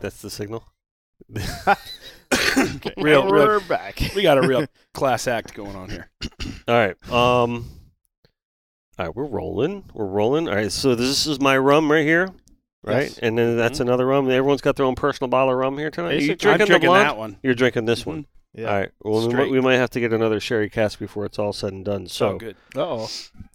that's the signal. Real, real- And We're back. We got a real class act going on here. All right. Um. All right, we're rolling. We're rolling. All right. So this is my rum right here, right? Yes. And then that's another rum. Everyone's got their own personal bottle of rum here tonight. Basically, you I'm drinking, I'm drinking the blonde? that one. Mm-hmm. You're drinking this one. Yeah. All right. Well, we, might, Straight. we might have to get another sherry cask before it's all said and done. So So, good. Oh,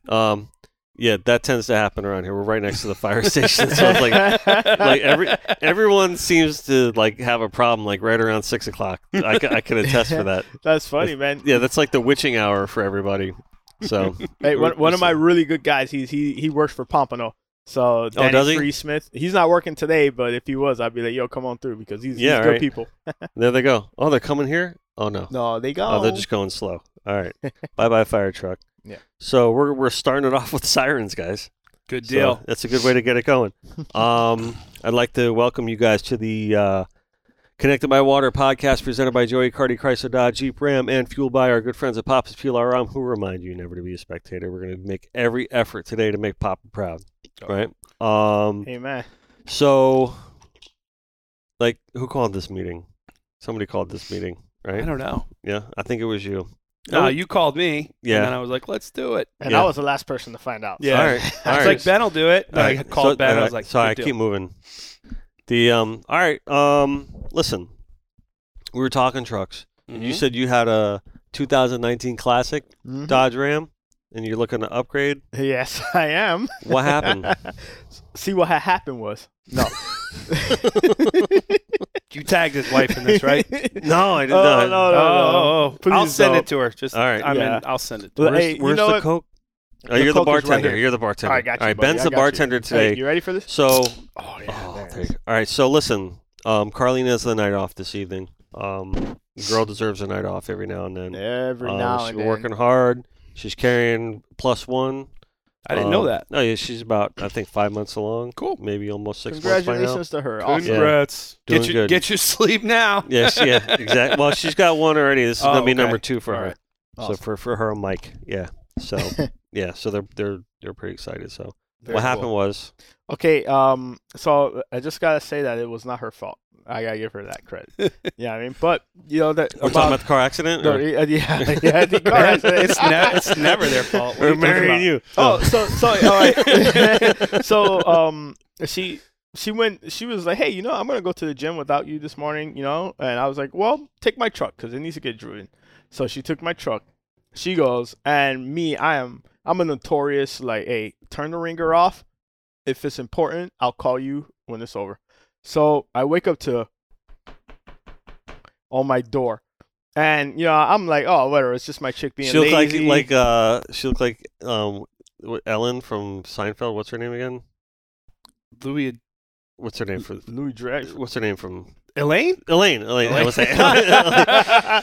um, yeah, that tends to happen around here. We're right next to the fire station, so it's like like every everyone seems to like have a problem like right around six o'clock. I, ca- I can attest for that. that's funny, man. Yeah, that's like the witching hour for everybody. So Hey, one, We're- one of we're my set. really good guys. He's he he works for Pompano. So Danny Oh, does he? Free Smith. He's not working today, but if he was, I'd be like, yo, come on through because he's, Yeah, he's good right. people. there they go. Oh, they're coming here. Oh no. No, they go. Oh, they're just going slow. All right. bye bye fire truck. Yeah. So we're we're starting it off with sirens, guys. Good So deal. that's a good way to get it going. Um, I'd like to welcome you guys to the uh, Connected by Water podcast presented by Joey Cardi, Chrysler Dodge, Jeep Ram, and fueled by our good friends at Pops Fuel Our Ram, who remind you never to be a spectator. We're going to make every effort today to make Papa proud. Right? Um, Hey, man. so, like, who called this meeting? Somebody called this meeting, I right? don't know. yeah, I think it was you. No, you called me. Yeah. And then I was like, let's do it. And Yeah. I was the last person to find out. Yeah. All right. All I was right. like, Ben will do it. And All I right, called so- Ben. all I was right, like, sorry, I good keep deal. moving. The um, all right, um, listen, we were talking trucks. and You Hmm? Mhm. said you had a 2019 classic Mhm. Dodge Ram, and you're looking to upgrade. Yes, I am. What happened? See what had happened was no. Mm-hmm. you tagged his wife in this, right? no, I did Oh, not. no, oh, no. oh, oh. I'll Please send it don't. to her. Just, All right. I mean, Yeah. I'll send it. To her. Well, Where's, hey, you where's know the what? coke? Oh, The you're the Coke is right bartender. here. you're the bartender. I got you, All right, buddy. Ben's I the got you. bartender today. Hey, you ready for this? So, Oh oh, there it there is. you go. all right. So listen, um, Carlene has the night off this evening. Um, girl deserves a night off every now and then. Every Um, now she's and been then. working hard. She's carrying plus one. I didn't know Um, that. No, yeah, she's about I think five months along. Cool. maybe almost six months by now. Congratulations to her. Awesome. Congrats. Doing Get your good. get your sleep now. yes, yeah, exactly. Well, she's got one already. This is Oh, gonna be okay. number two for All her. right. So for for her and Mike, yeah. So yeah, so they're they're they're pretty excited. So Very what happened cool. was Okay, um, so I just gotta say that it was not her fault. I gotta give her that credit. yeah, I mean, but you know that we're talking about the car accident. no, or- e- yeah, yeah, yeah, the car Aaron, accident. it's, ne- it's never their fault. What We're are you talking about? marrying you. Oh, so so all right. so um, she she went. She was like, "Hey, you know, I'm gonna go to the gym without you this morning, you know." And I was like, "Well, take my truck because it needs to get driven." So she took my truck. She goes, and me, I am. I'm a notorious like, hey, turn the ringer off. If it's important, I'll call you when it's over. So I wake up to on my door, and you know I'm like, oh, whatever. It's just my chick being She looked like lazy. like uh she looked like um what- Ellen from Seinfeld. What's her name again? Louis What's her name for? Louis Drag. What's her name from Elaine? Elaine? Elaine. I Elaine. was saying.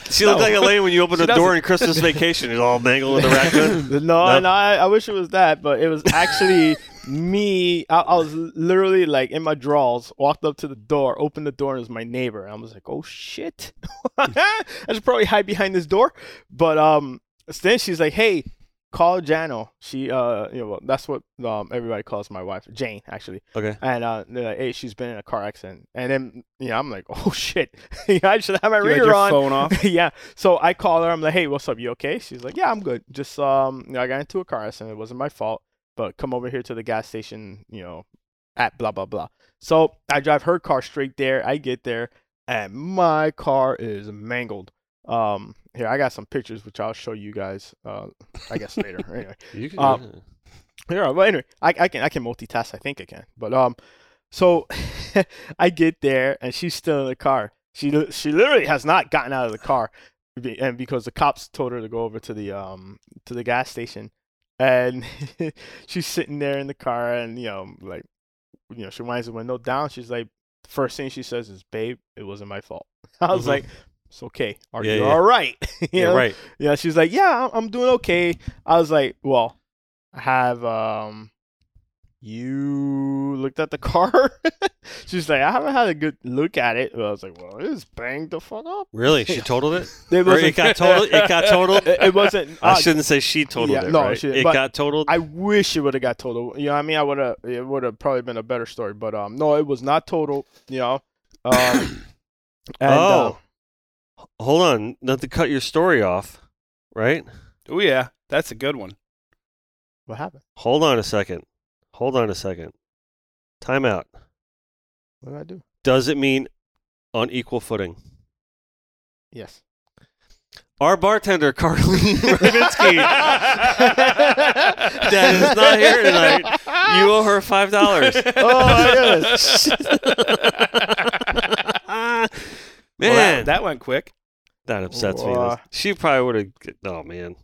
She looked No. like Elaine when you opened She the door in Christmas Vacation. It's all mangled with a raccoon. no, No. no, I, I wish it was that, but it was actually me. I, I was literally like in my drawers, walked up to the door, opened the door, and it was my neighbor. And I was like, oh shit. I should probably hide behind this door. But um, then she's like, hey, call Jano. She, uh, you know, well, that's what um, everybody calls my wife, Jane, actually. Okay. And uh, they're like, hey, she's been in a car accident. And then, you know, I'm like, oh shit. I should have my You had ringer your on. phone off. yeah. So I call her. I'm like, hey, what's up? You okay? She's like, yeah, I'm good. Just um, you know, I got into a car accident. It wasn't my fault. But come over here to the gas station. You know, at blah blah blah. So I drive her car straight there. I get there. and my car is mangled. Um, here I got some pictures which I'll show you guys. Uh, I guess later. anyway, You can, Um, yeah, but anyway, I, I can I can multitask. I think I can. But um, so I get there and she's still in the car. She li- she literally has not gotten out of the car, be- and because the cops told her to go over to the um to the gas station, and she's sitting there in the car and you know like you know she winds the window down. She's like, first thing she says is, "Babe, it wasn't my fault." I was Mhm. like, "It's okay. Are Yeah, you yeah. all right?" you yeah, know? right. Yeah, she's like, yeah, I'm- I'm doing okay. I was like, well, have um, you looked at the car? she's like, I haven't had a good look at it. I was like, well, it's banged the fuck up. Really? She totaled it? It Or it wasn't. got totaled? It got totaled? It, it wasn't. I uh, shouldn't say she totaled yeah, it, no, right? she- it but got totaled? I wish it would have got total. You know, what I mean, I would have. It would have probably been a better story. But um, no, it was not total. You know. Um, and, uh, oh. Hold on. Not to cut your story off, right? Oh yeah, that's a good one. what happened? Hold on a second. Hold on a second. Time out. What did I do? Does it mean on equal footing? Yes. Our bartender, Carlene Ravinsky, that is not here tonight. You owe her five dollars. Oh my goodness. Man, Well, that, that went quick. that upsets me. Wow. She probably would have. Oh man.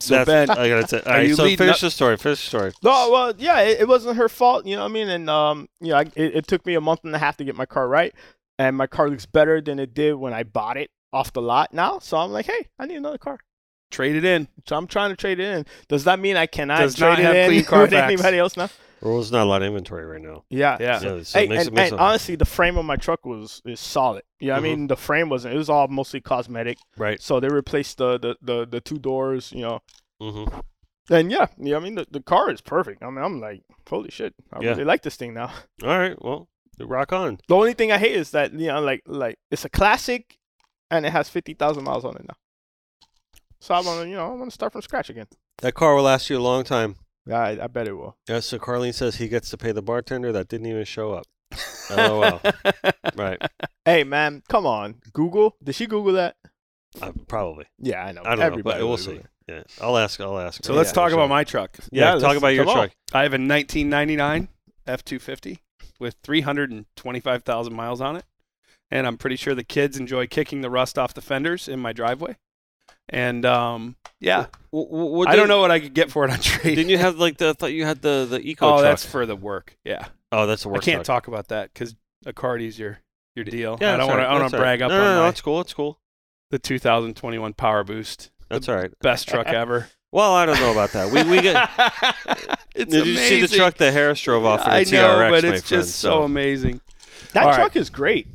So That's- Ben, I gotta say. All are right, you so leading finish up- the story. Finish the story. No, well, yeah, it, it wasn't her fault, you know what I mean? And um, you know, I, it, it took me a month and a half to get my car right, and my car looks better than it did when I bought it off the lot now. So I'm like, hey, I need another car. trade it in. So I'm trying to trade it in. Does that mean I cannot Does trade not it have in clean with Carfax. anybody else now? There's not a lot of inventory right now. Yeah. Yeah. So, so Hey, it makes and, it makes and it- honestly, the frame on my truck was is solid. Yeah, Mhm. I mean, the frame wasn't. It was all mostly cosmetic. right. So they replaced the the, the, the two doors, you know, hmm and yeah, yeah. I mean, the, the car is perfect. I mean, I'm like, holy shit, I Yeah. really like this thing now. All right. Well, rock on. The only thing I hate is that you know, like, like it's a classic, and it has fifty thousand miles on it now. So I want to, you know, I want to start from scratch again. That car will last you a long time. Yeah, I, I bet it will. Yeah, so Carlene says he gets to pay the bartender that didn't even show up. LOL. right. Hey, man, come on, Google. Did she Google that? Uh, probably. Yeah, I know. I don't know, but Everybody we'll will see. Google it. Yeah. I'll ask. I'll ask. So let's Yeah, talk sure. about my truck. Yeah, Yeah, talk let's- about your come on. truck. I have a 1999 F250 with 325,000 miles on it, and I'm pretty sure the kids enjoy kicking the rust off the fenders in my driveway. And um, yeah, W- w- what I don't did- know what I could get for it on trade. Didn't you have like the? I thought you had the the eco oh, truck. that's for the work. Yeah, oh, that's the I work. can't truck. talk about that because Accardi's your your deal. Yeah, I don't that's want all to. right, I don't want that's to all right. brag up no, no, on no, my, It's cool. It's cool. the 2021 Power Boost. That's all right. Best truck ever. Well, I don't know about that. We we get. it's did you see the amazing. truck that Harris drove off? in I the know, TRX, but my it's friend, just so amazing, That All right. truck is great,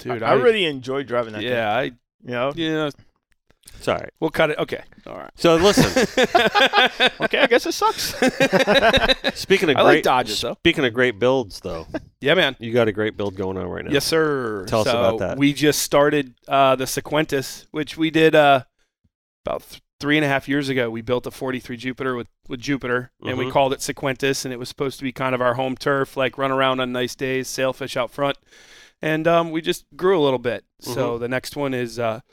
dude. I, I really enjoy driving that. yeah, I Thing, you know. yeah. It's all right. We'll cut it. Okay, all right. So listen, Okay, I guess it sucks. speaking of I great, like Dodges, though. Speaking of great builds, though, Yeah, man. you got a great build going on right now. Yes, sir. Tell us So about that. We just started uh, the Sequentis, which we did uh, about th- three and a half years ago. We built a 43 Jupiter with, with Jupiter, and we Mhm. called it Sequentis, and it was supposed to be kind of our home turf, like run around on nice days, sailfish out front. And um, we just grew a little bit. So Mm-hmm. the next one is, uh,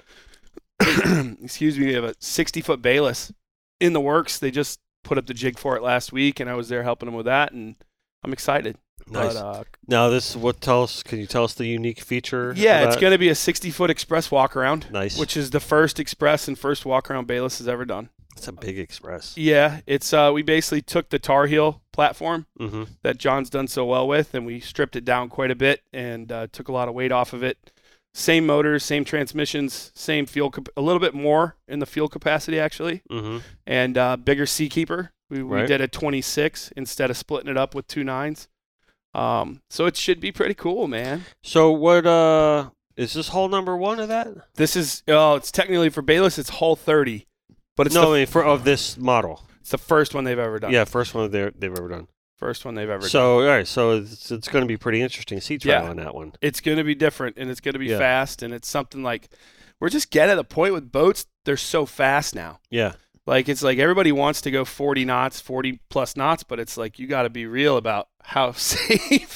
excuse me, we have a 60 foot Bayless in the works. They just put up the jig for it last week, and I was there helping them with that, and I'm excited. Nice. But, uh, Now, this is what tell us? Can you tell us the unique feature? yeah, of it's that? going to be a 60 foot express walk around, Nice. which is the first express and first walk around Bayless has ever done. it's a big express. Yeah, it's uh, we basically took the Tar Heel platform Mm-hmm. that John's done so well with, and we stripped it down quite a bit and uh, took a lot of weight off of it. Same motors, same transmissions, same fuel, cap- a little bit more in the fuel capacity actually, Mm-hmm. and uh, bigger sea keeper. We, we Right. did a 26 instead of splitting it up with two nines. Um, so it should be pretty cool, man. So what? Uh, is this hole number one of that? This is oh, it's technically for Bayless. It's Hull 30, but it's no, the, I mean, for of this model. it's the first one they've ever done. Yeah, first one they're- they've ever done. first one they've ever done. So all right, so it's, it's going to be pretty interesting sea trial Yeah. on that one. It's going to be different, and it's going to be Yeah. fast, and it's something like we're just getting to the point with boats. They're so fast now. Yeah, Like it's like everybody wants to go 40 knots, 40 plus knots, but it's like you got to be real about how safe.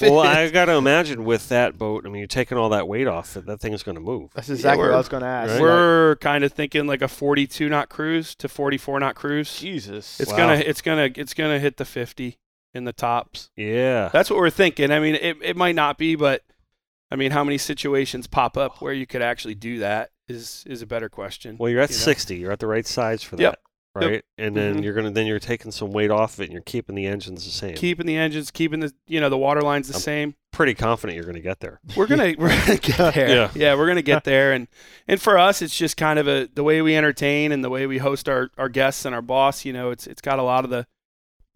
Well, it I is. got to imagine with that boat, I mean, you're taking all that weight off, that, that thing's going to move. That's exactly what we're- I was going to ask. Right. Like, we're kind of thinking like a 42 knot cruise to 44 knot cruise. Jesus. It's Wow. gonna, it's gonna, it's gonna hit the 50 in the tops. Yeah. That's what we're thinking. I mean, it, it might not be, but I mean, how many situations pop up where you could actually do that is is a better question. Well, you're at you know? 60. You're at the right size for that. Yep. Right, and then Mhm. you're gonna then you're taking some weight off of it, and you're keeping the engines the same. Keeping the engines, keeping the you know the water lines the Um, same. Pretty confident you're gonna get there. We're gonna we're gonna get there. Yeah. we're gonna get there. And and for us, it's just kind of a the way we entertain and the way we host our our guests and our boss. You know, it's it's got a lot of the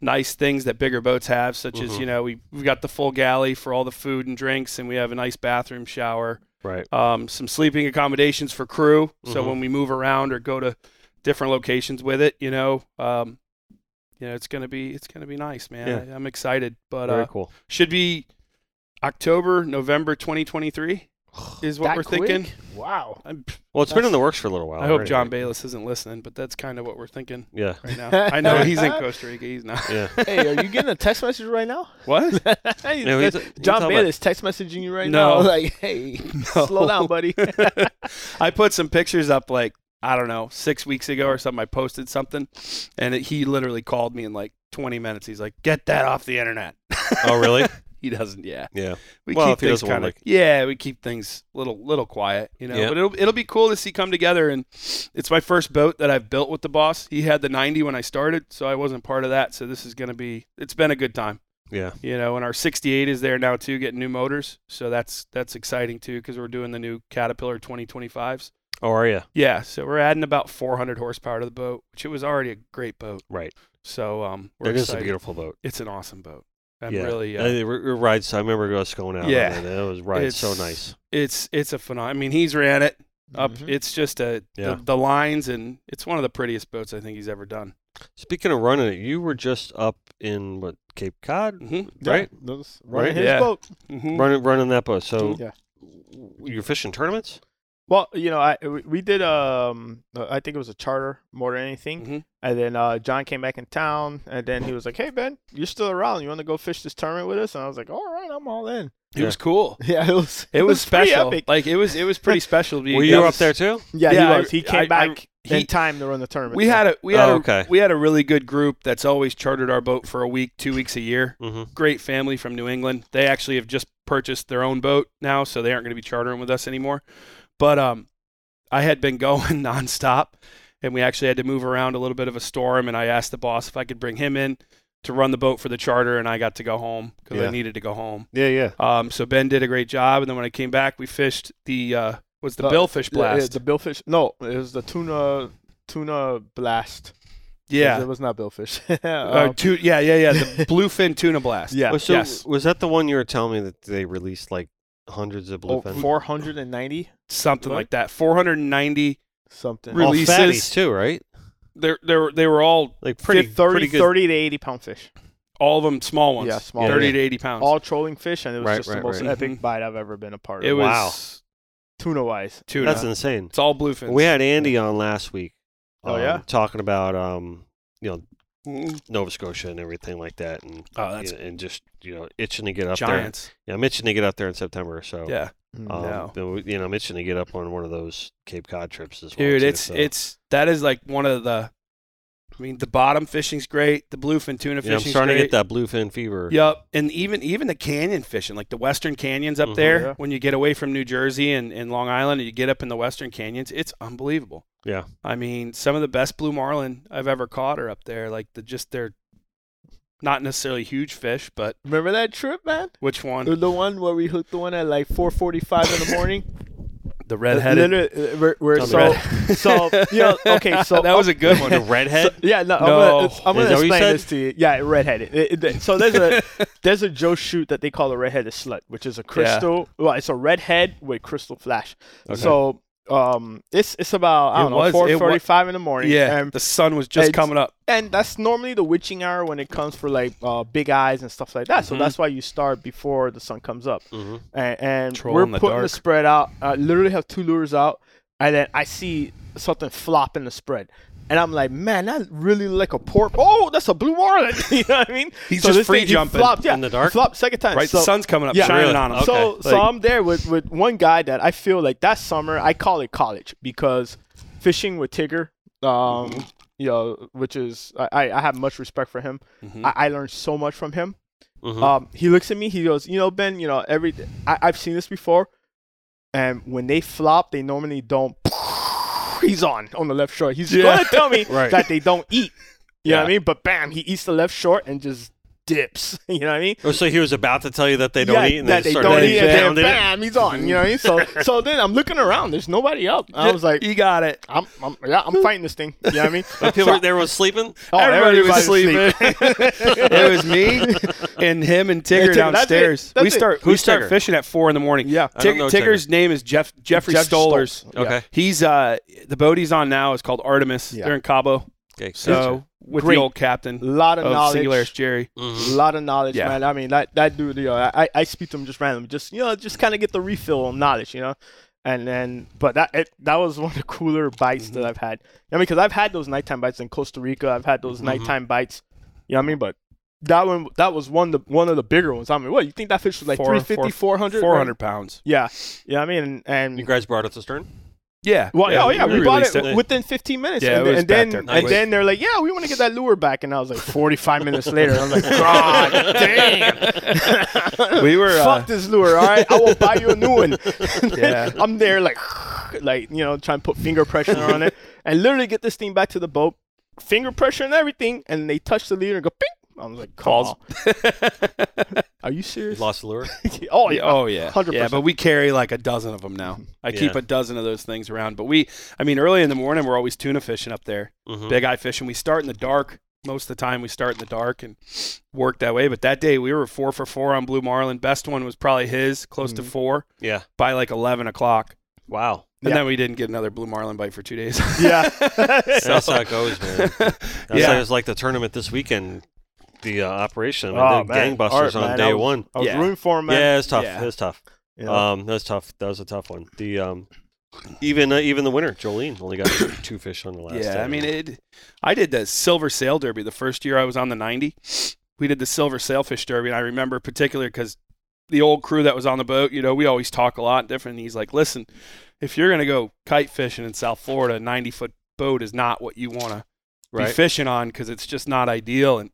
nice things that bigger boats have, such as Mhm. you know we we've got the full galley for all the food and drinks, and we have a nice bathroom shower. Right. um, some sleeping accommodations for crew. So Mhm. when we move around or go to different locations with it, you know, um, you know, it's gonna be it's gonna be nice, man. Yeah. I, I'm excited, but Very uh, cool. should be October, November 2023 is what That we're quick? thinking. Wow. I'm, Well, it's been that's- in the works for a little while. I hope already. John Bayless isn't listening, but that's kind of what we're thinking Yeah. right now. I know he's in Costa Rica. He's not. Yeah. hey, are you getting a text message right now? What? Hey, No, he's- that's- he's John talking about- Bayless text messaging you right No. now. Like, hey, slow down, buddy. I put some pictures up like I don't know six weeks ago or something. I posted something, and it, he literally called me in like 20 minutes. He's like, "Get that off the internet." Oh, really? He doesn't. Yeah. Yeah. We Well, keep if he things doesn't wanna kind of make- yeah. We keep things little little quiet, you know. Yeah. But it'll it'll be cool to see come together. And it's my first boat that I've built with the boss. He had the 90 when I started, so I wasn't part of that. So this is gonna be. It's been a good time Yeah. you know, and our 68 is there now too, getting new motors. So that's that's exciting too because we're doing the new Caterpillar 2025s. Oh, are you? Yeah, so we're adding about 400 horsepower to the boat, which it was already a great boat. Right. So um, we're It is a excited. beautiful boat. It's an awesome boat. I'm yeah. really. Uh, Uh, it r- it rides. I remember us going out. Yeah. And it was rides so It's- nice. it's it's a phenomenal. I mean, he's ran it up. Mhm. It's just a Yeah. the, the lines, and it's one of the prettiest boats I think he's ever done. Speaking of running it, you were just up in what Cape Cod, Mm-hmm. right? Yeah, those- Right? His Yeah. boat. Mm-hmm. Running running that boat. So Yeah. w- you're fishing tournaments. Well, you know, I we we did um, uh, I think it was a charter more than anything, Mhm. and then uh, John came back in town, and then he was like, "Hey Ben, you're still around. You want to go fish this tournament with us?" And I was like, "All right, I'm all in." It was cool. Yeah, it was. It was pretty special. epic. Like it was it was pretty special. to be- Were that you up was- there too? Yeah, Yeah, I- he was. He I- came I- back he- in time to run the tournament. We had a we had Oh, a okay. we had a really good group that's always chartered our boat for a week, two weeks a year. Mm-hmm. Great family from New England. They actually have just purchased their own boat now, so they aren't going to be chartering with us anymore. But um, I had been going nonstop, and we actually had to move around a little bit of a storm. And I asked the boss if I could bring him in to run the boat for the charter, and I got to go home because Yeah. I needed to go home. Yeah. Yeah. Um, so Ben did a great job, and then when I came back, we fished the uh, was the Uh, billfish Yeah, yeah, blast. the billfish. No, it was the tuna tuna blast. 'Cause Yeah, it was not billfish. Uh, Um, tu- yeah, yeah, yeah. The bluefin tuna blast. yeah, Was, so Yes. was that the one you were telling me that they released like hundreds of oh, bluefin? 490 something What? like that. 490. something. Oh, Really? All releases? fatties too, right? They're, they're, they were all, Like pretty, 30, pretty good. 30 to 80 pound fish. all of them small ones. Yeah, small. 30 Yeah. to 80 pounds. All trolling fish, and it was Right, just right, the most right. Mhm. epic bite I've ever been a part of. it was Wow. tuna wise. tuna. That's insane. it's all bluefins. We had Andy on last week. Oh, um, yeah? talking about um, you know, Mhm. Nova Scotia and everything like that, and Oh, that's you know, and just you know, itching to get up giants. there. Yeah, I'm itching to get up there in September. So Yeah. Mm. um, No. then we- you know, I'm itching to get up on one of those Cape Cod trips as well. Dude, too, it's, so. it's, that is like one of the, I mean, the bottom fishing's great. The bluefin tuna yeah, I'm fishing's starting to great. get that bluefin fever. Yep, and even even the canyon fishing, like the western canyons up Mhm. there, Yeah. when you get away from New Jersey and, and Long Island, and you get up in the western canyons, it's unbelievable. Yeah. I mean, some of the best blue marlin I've ever caught are up there. Like the just they're not necessarily huge fish, but Remember that trip, man? which one? The, the one where we hooked the one at like 4:45 in the morning. The redheaded. Literally, uh, we're, we're- Tell me so so you know, okay, so that was a good one. the redhead. yeah, no, No. I'm gonna, I'm Is that gonna what you explain said? this to you. Yeah, redheaded. It- it- so there's a there's a Joe shoot that they call a redheaded slut, which is a crystal. Well, it's a redhead with crystal flash. Okay. So um, it's it's about I It don't know was- it wa- 4:45 in the morning. yeah, and the sun was just it's- coming up. and that's normally the witching hour when it comes for like uh, big eyes and stuff like that. So Mhm. that's why you start before the sun comes up. Mhm. And, and Mm-hmm. Troll we're in the putting the dark. spread out. I literally have two lures out, and then I see something flop in the spread. And I'm like, man, that really like a pork. Oh, that's a blue marlin. you know what I mean? He's just this free he jumping flopped, yeah, in the dark? he Flopped second time. Right, So, the sun's coming up, yeah. shining Really? on him. so, Okay, so like- I'm there with, with one guy that I feel like that summer I call it college because fishing with Tigger, Mm-hmm. um, you know, which is I- I, I have much respect for him. Mhm. I, I learned so much from him. Mhm. Mm-hmm. Um, he looks at me. He goes, you know, Ben, you know, every I, I've seen this before, and when they flop, they normally don't. He's on on the left short. He's Yeah. gonna tell me Right. that they don't eat. You know what I Yeah. mean? But bam, he eats the left short and just dips. You know what I mean? Oh, so he was about to tell you that they don't yeah, eat, and that they, they started don't to eat. And pound it. then bam, he's on. You know what I mean? So so then I'm looking around. There's nobody up. I was like, you got it. I'm, I'm yeah, I'm fighting this thing. You know what I mean? But people, there was sleeping. Oh, Everybody was everybody's asleep. it was me and him and Yeah, Tigger Tigger, that's downstairs. it, that's we it. start we Who's start Tigger? fishing at four in the morning. Yeah. I don't Tig- know Tigger's name is Jeff Jeffrey Jeff Stollers. Stollers. Okay. He's uh the boat he's on now is called Artemis. Yeah. They're in Cabo. Okay. So with Great. the old captain A lot of, of Oh, knowledge. Singularis Jerry. A Mhm. lot of knowledge, Yeah. man. I mean, that, that dude, you know, I, I speak to him just randomly, just you know, just kind of get the refill on knowledge, you know. And then, but that it, that was one of the cooler bites Mm-hmm. that I've had. I mean, because I've had those nighttime bites in Costa Rica. I've had Mm-hmm. those nighttime bites. You know what I mean? But that one, that was one the one of the bigger ones. I mean, what you think that fish was like Four- 350, 400? Four hundred pounds. Yeah, yeah. I mean, and, You guys brought it to Stern. Yeah. well, yeah, oh, yeah, we, bought it released within 15 minutes. Yeah, it and, then- was and then back there and quick. then they're like, "Yeah, we want to get that lure back." And I was like, 45 minutes later, I'm like, "God damn, We were, uh, fuck this lure. All right, I will buy you a new one." Yeah. I'm there like, like you know, trying to put finger pressure on it, and literally get this thing back to the boat, finger pressure and everything, and they touch the leader and go, "Ping." I was like, Calls. "Calls." Are you serious? Lost the lure. oh yeah. Oh yeah, 100%. yeah. But we carry like a dozen of them now. I keep Yeah. a dozen of those things around. But we, I mean, early in the morning we're always tuna fishing up there, Mhm. big eye fishing. We start in the dark most of the time. We start in the dark and work that way. But that day we were four for four on blue marlin. Best one was probably his, close to Mhm. four Yeah. by like eleven o'clock. Wow. And Yeah. then we didn't get another blue marlin bite for two days. Yeah. That's how it goes, man. That's Yeah. how it's like the tournament this weekend. The uh, operation. I mean, they Oh, man. gangbusters Art, on man, I day was- one. I was Yeah. rooting for him, man. Yeah, it's tough. Yeah. Uh, It was tough. You know? Um, that was tough. That was a tough one. The um, even uh, even the winner, Jolene, only got two fish on the last. yeah, day. I mean it. I did the silver sail derby the first year I was on the ninety. We did the silver sailfish derby, and I remember particularly because the old crew that was on the boat, you know, we always talk a lot different. And he's like, "Listen, if you're gonna go kite fishing in South Florida, a ninety foot boat is not what you want to be right? fishing on because it's just not ideal." And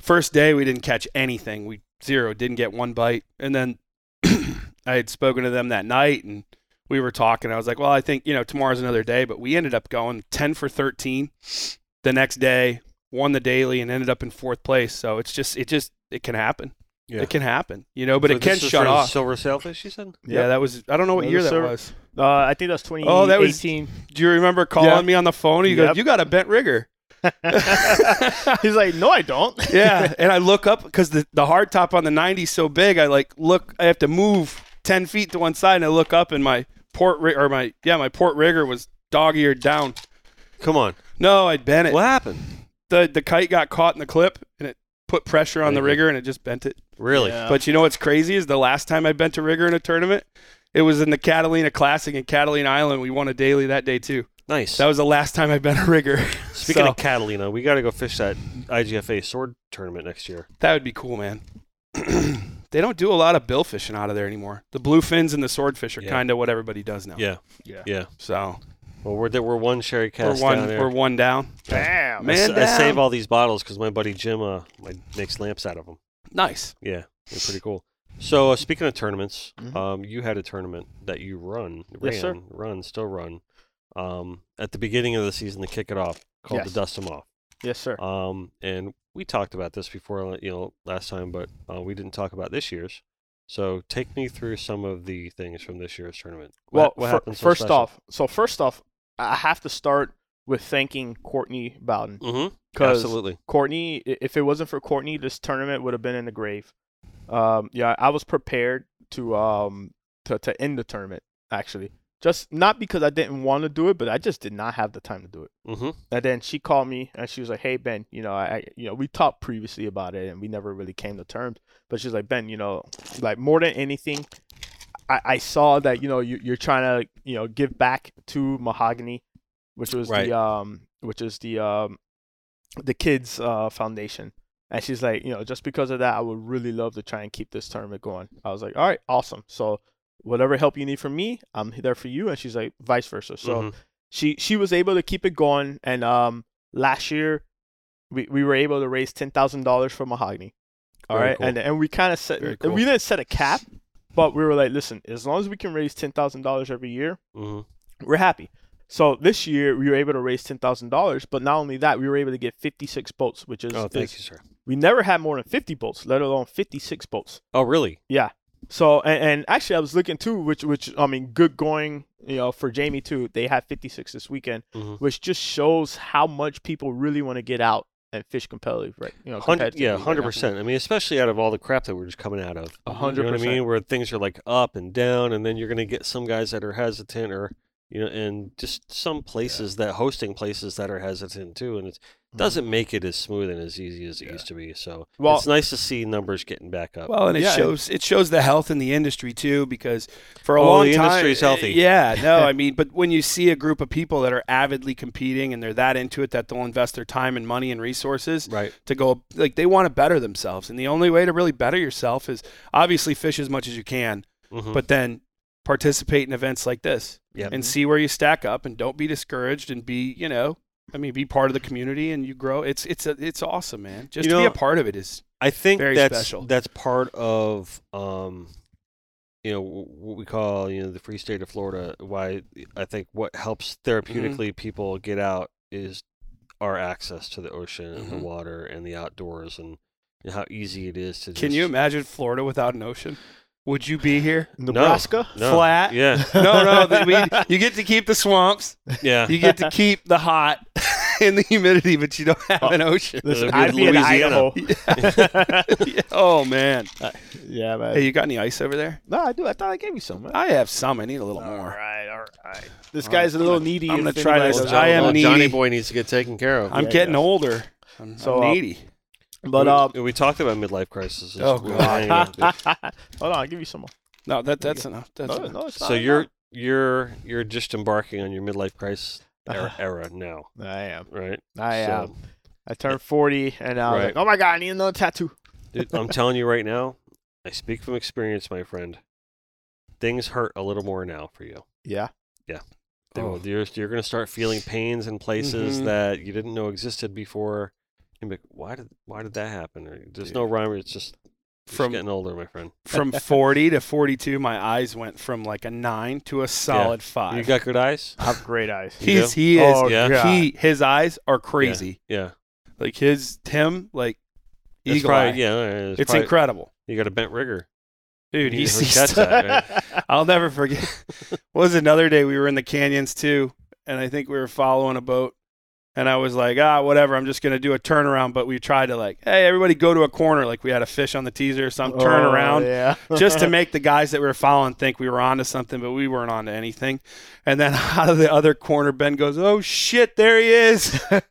first day we didn't catch anything. We zero, didn't get one bite, and then I had spoken to them that night and we were talking. I was like, well, I think, you know, tomorrow's another day, but we ended up going 10 for 13 the next day, won the daily and ended up in fourth place. So it's just, it just, it can happen. Yeah. It can happen, you know, but So it can this is shut for the off. Silver sailfish, you said. Yeah, that was, I don't know what Another year that server. was. Uh, I think that's 2018. Oh, that was- Do you remember calling Yeah. me on the phone? And you go, Yep. you got a bent rigger. He's like, no, I don't. yeah. And I look up because the, the hard top on the 90 is so big. I like look, I have to move 10 feet to one side and I look up and my port rig or my, yeah, my port rigger was dog eared down. Come on, No, I'd bent it. what happened? The, the kite got caught in the clip and it put pressure on the Rigger. rigger and it just bent it. Really? Yeah. But you know what's crazy is the last time I bent a rigger in a tournament, it was in the Catalina Classic in Catalina Island. We won a daily that day too. Nice. That was the last time I bent a rigger. Speaking so- of Catalina, we got to go fish that IGFA sword tournament next year. That would be cool, man. they don't do a lot of bill fishing out of there anymore. The bluefins and the swordfish are Yeah. kind of what everybody does now. Yeah. Yeah. Yeah. So Well, we're there, we're one sherry cast we're one down there. we're one down. Damn. Man. I, s- I down. save all these bottles because my buddy Jim uh, like, makes lamps out of them. Nice. Yeah, they're pretty cool. So uh, speaking of tournaments, Mhm. um, you had a tournament that you run, ran, Yes, sir. run, still run, um, at the beginning of the season to kick it off, called Yes. the Dust 'Em Off. Yes, sir. Um, and we talked about this before, like, you know, last time, but uh, we didn't talk about this year's. So take me through some of the things from this year's tournament. Well, What, what fir- happened so first special? off, so first off, I have to start with thanking Courtney Bowden. Mhm. 'Cause absolutely, Courtney, i- if it wasn't for Courtney, this tournament would have been in the grave. Um, yeah, I was prepared to um to, to end the tournament actually, just not because I didn't want to do it, but I just did not have the time to do it. hmm And then she called me and she was like, "Hey Ben, you know, I, I you know, we talked previously about it and we never really came to terms." But she's like, "Ben, you know, like more than anything, I, I saw that you know you, you're trying to you know give back to mahogany which was Right. the um, which is the um, the kids uh, foundation. And she's like, you know, just because of that, I would really love to try and keep this tournament going. I was like, all right, awesome. So whatever help you need from me, I'm there for you. And she's like, vice versa. So Mhm. she she was able to keep it going and um last year we, we were able to raise ten thousand dollars for mahogany all Very right cool. and and we kind of set Very and cool. we didn't set a cap but we were like listen as long as we can raise ten thousand dollars every year Mhm. we're happy so this year we were able to raise ten thousand dollars but not only that we were able to get 56 boats which is, oh, thank is- you, sir. we never had more than 50 boats let alone 56 boats Oh, really? so and, and actually, I was looking too, which which I mean, good going, you know, for Jamie too. They had 56 this weekend, Mhm. which just shows how much people really want to get out and fish competitive, right? You know, Hundred, yeah, competitively right hundred now. percent. I mean, especially out of all the crap that we're just coming out of. A You hundred know what I percent. mean? Where things are like up and down, and then you're going to get some guys that are hesitant, or you know, and just some places that hosting places that are hesitant too, and it doesn't make it as smooth and as easy as it Yeah. used to be. So Mm-hmm. Well- it's nice to see numbers getting back up. Well, and it Yeah, shows it shows the health in the industry too, because for a Oh, long the time eh, industry's healthy. Yeah, no, I mean, but when you see a group of people that are avidly competing and they're that into it that they'll invest their time and money and resources right. to go like they want to better themselves, and the only way to really better yourself is obviously fish as much as you can, Mhm. but then participate in events like this Yep. and see where you stack up, and don't be discouraged, and be you know. I mean, be part of the community, and you grow. It's it's a, it's awesome, man. Just You to be know- a part of it is I think Very that's special. that's part of um, you know wh- what we call you know the free state of Florida. Why I think what helps Mm-hmm. therapeutically people get out is our access to the ocean and the Mhm. water and the outdoors and you know, how easy it is to. Can just, you imagine Florida without an ocean? Would you be here? Nebraska. No. Flat. Yeah, No, no. th- I mean, you get to keep the swamps. yeah. You get to keep the hot and the humidity, but you don't have an ocean. Listen, It'll be I'd be in Louisiana. Idaho. oh man. yeah, man. Hey, you got any ice over there? No, I do. I thought I gave you some. Man. I have some. I need a little all more. right, all right. This guy's a little needy. I'm if gonna try anybody this. knows I how am to- needy. Johnny boy needs to get taken care of. I'm Yeah, getting yeah. older. I'm, So, I'm uh, needy. But we, um, we talked about midlife crisis. Oh, We were God. hanging out. hold on, I'll give you some more. No, that that's enough. That's No, enough. no, it's so not, no. you're you're you're just embarking on your midlife crisis era, Uh-huh. era now, I am. right? I So- am. I turned 40, and I was Right. like, oh my god, I need another tattoo. Dude, I'm telling you right now, I speak from experience, my friend. Things hurt a little more now for you. Yeah. They oh, will. you're, you're going to start feeling pains in places Mhm. that you didn't know existed before. And be like, why did why did that happen? Or, there's no rhyme. It's just you're just From- getting older, my friend. From 40 to 42, my eyes went from like a nine to a solid You five. got good eyes. I have great eyes. He's he is Oh, yeah. God. he his eyes are crazy. Yeah, Like his Tim, like That's eagle probably- eye. Yeah, it's, it's probably- incredible, You got a bent rigger, dude. You He never sees catch stuff. that, right? I'll never forget. was another day we were in the canyons too, and I think we were following a boat, and I was like, ah, whatever. I'm just gonna do a turnaround. But we tried to like, hey, everybody, go to a corner. Like we had a fish on the teaser or something. Turn Oh, around. Yeah. just to make the guys that we were following think we were onto something, but we weren't onto anything. And then out of the other corner, Ben goes, "Oh shit, there he is!" and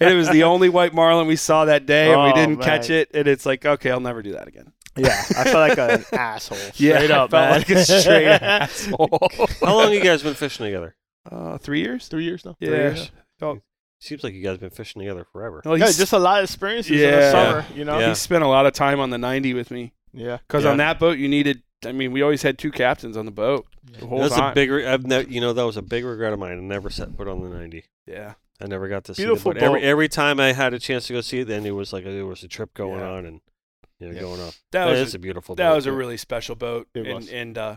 it was the only white marlin we saw that day, and we Oh, didn't man. catch it. And it's like, okay, I'll never do that again. Yeah, I felt like an asshole. Yeah, Straight I up, felt man. like a straight asshole. How long you guys been fishing together? Uh, three years. Three years now. Yeah. Three years. Seems like you guys been fishing together forever. Well, Yeah, he's- just a lot of experiences in Yeah. the summer, you know? Yeah. he spent a lot of time on the ninety with me Yeah. because Yeah. on that boat you needed. I mean, we always had two captains on the boat. The whole That's time. a big. Re- I've never, you know, that was a big regret of mine. I never set foot on the ninety. yeah. I never got to see Beautiful it. But every, boat. every time I had a chance to go see it, then it was like there was a trip going Yeah. on and you know Yeah. going up. That That was is a beautiful. that boat, was a yeah. really special boat It and was. and uh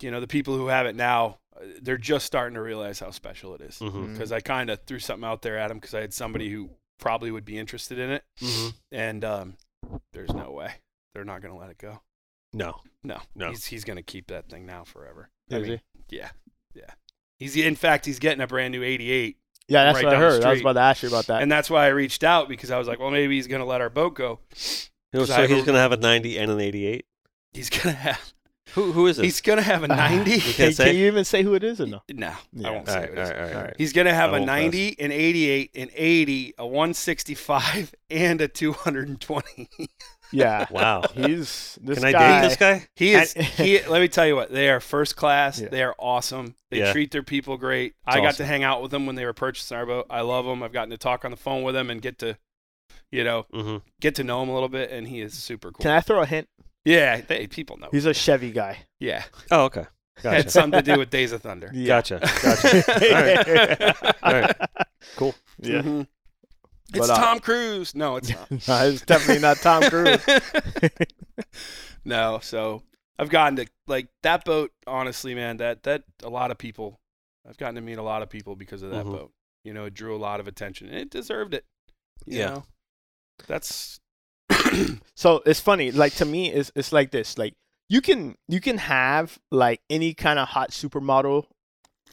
you know the people who have it now uh, they're just starting to realize how special it is Mm-hmm. Mhm. Mm. because i kind of threw something out there at them because i had somebody who probably would be interested in it Mhm. and um there's no way they're not going to let it go No, no No. he's, he's going to keep that thing now forever I Is mean, yeah yeah he's in fact he's getting a brand new 88 Yeah, that's Right what I down the heard. I was street. about to ask you about that. and that's why i reached out because i was like well maybe he's going to let our boat go You know, so I have he's a- gonna have a ninety and an eighty-eight. he's going to have Who who is it? he's going to have a 90 can't can, say? can you even say who it is or no? no Yeah. i won't all say right, what all it is. right, all right. All right. He's going to have I a won't 90, an 88, an 80, a 165, and a 220. Yeah. Wow. He's this Can I guy. date this guy? He is. And- he. Let me tell you what. They are first class. Yeah. They are awesome. They Yeah. treat their people great. I got to awesome. hang out with them when they were purchasing our boat. I love them. I've gotten to talk on the phone with them and get to, you know, Mm-hmm. get to know him a little bit. And he is super cool. Can I throw a hint? yeah, they people know. He's a Chevy guy. yeah, Oh, okay. had Gotcha. something to do with Days of Thunder. Gotcha. Gotcha. All right. Cool. Yeah. Mhm. But, It's uh, Tom Cruise. No, it's not. No, it's definitely not Tom Cruise. no, so I've gotten to like that boat. Honestly, man, that that a lot of people. I've gotten to meet a lot of people because of that Mm-hmm. Mhm. boat. You know, it drew a lot of attention, and it deserved it. you Yeah. know? that's So it's funny. Like to me, it's it's like this. Like you can you can have like any kind of hot supermodel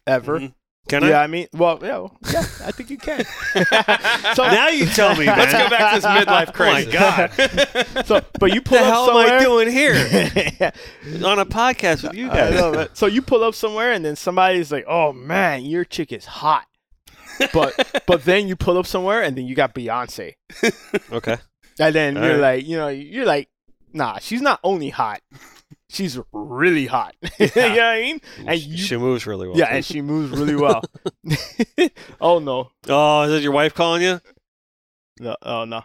ever. Mhm. Mm-hmm. Can yeah, I? I mean, well, yeah, well, yeah, I think you can. so, Now you tell me, man. mm-hmm. Let's go back to this midlife Oh my crisis. God. so, but you pull the up hell somewhere. am I doing here yeah, on a podcast with you I guys? know, but- so you pull up somewhere, and then somebody's like, "Oh man, your chick is hot," but but then you pull up somewhere, and then you got Beyonce, Okay. and then All you're right. like, you know, you're like, nah, she's not only hot, she's really hot. you know what I mean? And She- you- she moves really well. Yeah, and she moves really well. oh no, Oh, is that your wife calling you? no, oh no.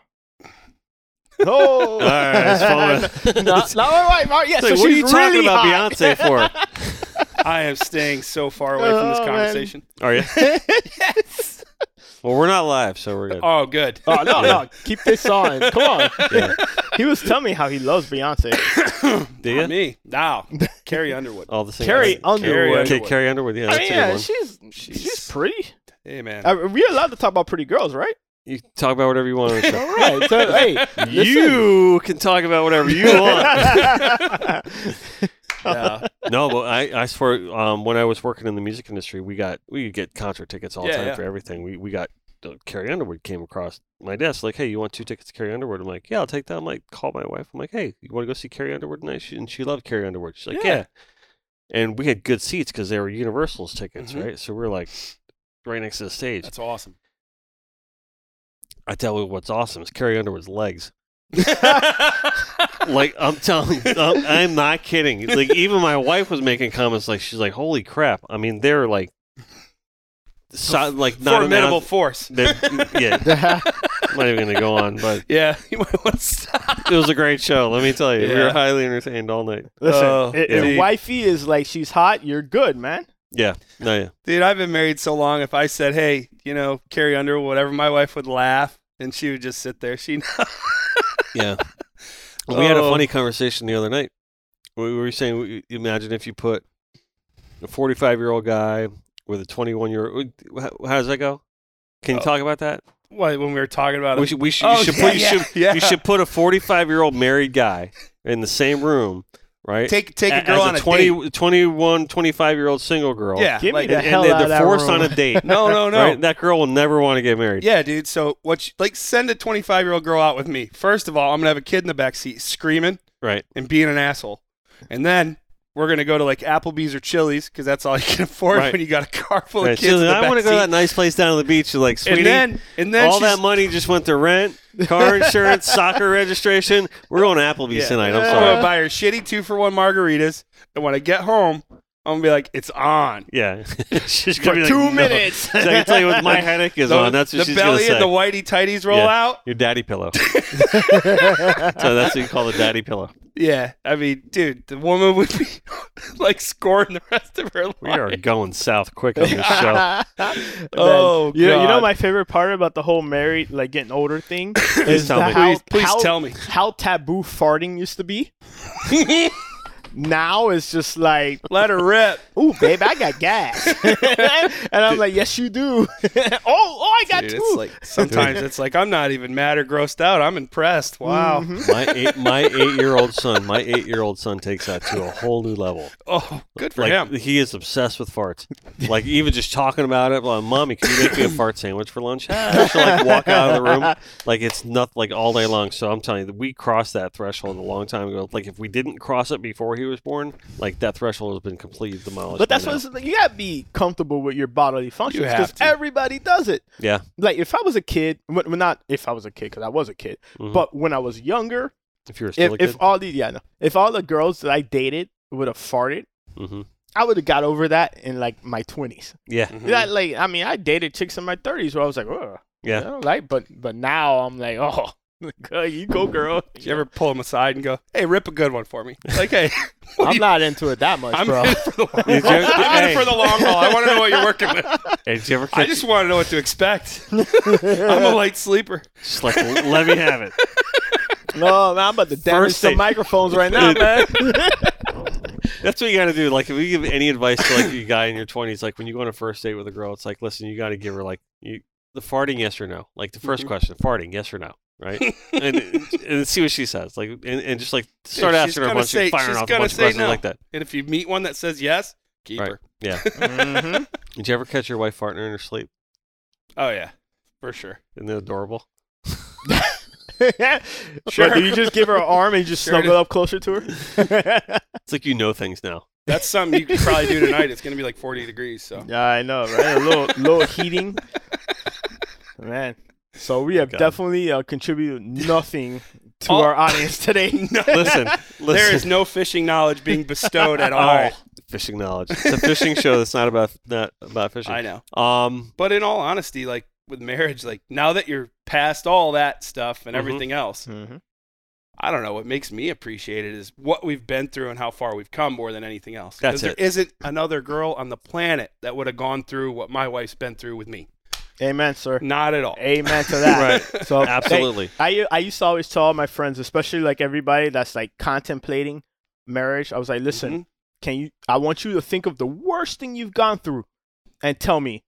All Oh, right, it's following. not, not my wife. All right, yeah, It's like, so what are she's you talking really about hot. Beyonce for? I am staying so far away from this Oh, man. conversation. Are you? yes. Well, we're not live, so we're good. Oh, good. Oh no, no, keep this on. Come on. He was telling me how he loves Beyonce. Do Not you? me now. Carrie Underwood. All the same. Carrie Underwood. Okay, Carrie Underwood. Yeah, that's I mean, a good yeah, one. she's she's pretty. Hey, man. Uh, we're allowed to talk about pretty girls, right? You can talk about whatever you want on the show. All right. So hey, listen. You can talk about whatever you want. Yeah. no, but I, I swear, um, when I was working in the music industry, we got we could get concert tickets all the Yeah, time yeah. for everything. We we got uh, Carrie Underwood came across my desk like, hey, you want two tickets to Carrie Underwood? I'm like, yeah, I'll take that. I'm like, call my wife. I'm like, hey, you want to go see Carrie Underwood tonight? She, and she loved Carrie Underwood. She's like, yeah. Yeah. And we had good seats because they were Universal's tickets, Mhm. right? So we are like right next to the stage. That's awesome. I tell you what's awesome is Carrie Underwood's legs. like I'm telling, I'm, I'm not kidding. Like even my wife was making comments. Like she's like, "Holy crap!" I mean, they're like, so, like not Formidable enough- force. they- yeah, I'm not even gonna go on. But Yeah, you might want to stop. it was a great show. Let me tell you, we were Yeah. highly entertained all night. Listen, Oh, if, if dude. wifey is like she's hot, you're good, man. Yeah, no, yeah. Dude, I've been married so long. If I said, "Hey, you know, Carrie Underwood," whatever, my wife would laugh, and she would just sit there. She, Yeah. We had a Oh. funny conversation the other night. We were saying, we- imagine if you put a 45 year old guy with a 21 year old. How how does that go? Can you Oh. talk about that? what when we were talking about We it, should, we should, Oh, you, should yeah, put, you, yeah, should, yeah. you should put a 45 year old married guy in the same room, right? take take a A- girl as on a 20, date. 21, 25 year old single girl. Yeah, Give me like, the And, hell and they're out of that forced room. on a date. no, no, no. Right? That girl will never want to get married. Yeah, dude. So what? You, like, send a 25 year old girl out with me. First of all, I'm gonna have a kid in the back seat screaming Right. and being an asshole, and then we're gonna go to like Applebee's or Chili's because that's all you can afford Right. when you got a car full right. of kids. She's in the like, I want want to go to that nice place down on the beach. You're like, sweetie. And then, and then all she's- that money just went to rent, car insurance, soccer registration. We're going to Applebee's Yeah. Uh, tonight. I'm I'm gonna sorry. buy her shitty two for one margaritas, and when I get home, I'm gonna be like, "It's on." Yeah, she's For gonna be like, two "No." minutes. She's like, I can tell you what my headache is on. That's what the she's gonna belly say. and the whitey tighties roll Yeah. out. Your daddy pillow. so that's what you call the daddy pillow. Yeah, I mean, dude, the woman would be like scoring the rest of her life. We are going south quick on this show. Man, Oh, you know, you know God. my favorite part about the whole married, like getting older thing is tell the me. how, Please- please how- tell me. how taboo farting used to be. now it's just like, Let her rip. ooh, babe, I got gas, and I'm like, yes, you do. oh, oh, I got Dude, two. it's like sometimes it's like I'm not even mad or grossed out. I'm impressed. Wow. My eight, my eight year old son, my eight year old son takes that to a whole new level. Oh, good for like him. he is obsessed with farts. Like even just talking about it, like, "Mommy, can you make me a fart sandwich for lunch?" Ah, She'll like walk out of the room. Like it's not like all day long. So I'm telling you, we crossed that threshold a long time ago. Like if we didn't cross it before he was born, like that threshold has been completely demolished. But by that's now. what it's- you gotta be comfortable with your bodily functions have because to. everybody does it. Yeah. Like if I was a kid, well, not if I was a kid because I was a kid, Mhm. but when I was younger, If you're If, still a if all the yeah, no. if all the girls that I dated would have farted, mm-hmm. I would have got over that in like my twenties. yeah, Mm-hmm. That like I mean I dated chicks in my thirties where I was like, oh, I yeah, don't like, but but now I'm like, oh, girl, you go, girl. Did you ever pull them aside and go, "Hey, rip a good one for me"? Like, hey, what do I'm you- not into it that much, I'm bro. in for the long Did you- haul. I'm hey. in for the long haul. I want to know what you're working with. Hey, did you ever I just want to know what to expect. I'm a light sleeper. just like let me have it? No, man, I'm about to damage First some date. microphones right now, man. That's what you got to do. Like, if you give any advice to like a guy in your twenties, like when you go on a first date with a girl, it's like, listen, you got to give her like you the farting, yes or no. Like the 1st Mm-hmm. question, farting, yes or no, right? and, and see what she says. Like, and, and just like start she's asking her a gonna bunch, say- of firing she's off a gonna bunch of say questions no. like that. And if you meet one that says yes, keep Right. her. Yeah. Mhm. Did you ever catch your wife farting in her sleep? Oh yeah, for sure. Isn't that adorable? sure. do you just give her an arm and you just Sure snuggle do. up closer to her? It's like you know things now. That's something you could probably do tonight. It's gonna be like 40 degrees. So yeah, I know, right? A little, little heating, man. So we have God. definitely uh, contributed nothing to Oh. our audience today. Listen, listen. there is no fishing knowledge being bestowed at all. right. fishing knowledge. It's a fishing show that's not about not about fishing. I know. Um, But in all honesty, like with marriage, like now that you're past all that stuff and Mhm. everything else, Mhm. I don't know. What makes me appreciate it is what we've been through and how far we've come more than anything else. That's Because it. There isn't another girl on the planet that would have gone through what my wife's been through with me. Amen, sir. Not at all. Amen to that. Right. So hey, absolutely. I I used to always tell all my friends, especially like everybody that's like contemplating marriage. I was like, listen, Mhm. can you? I want you to think of the worst thing you've gone through, and tell me,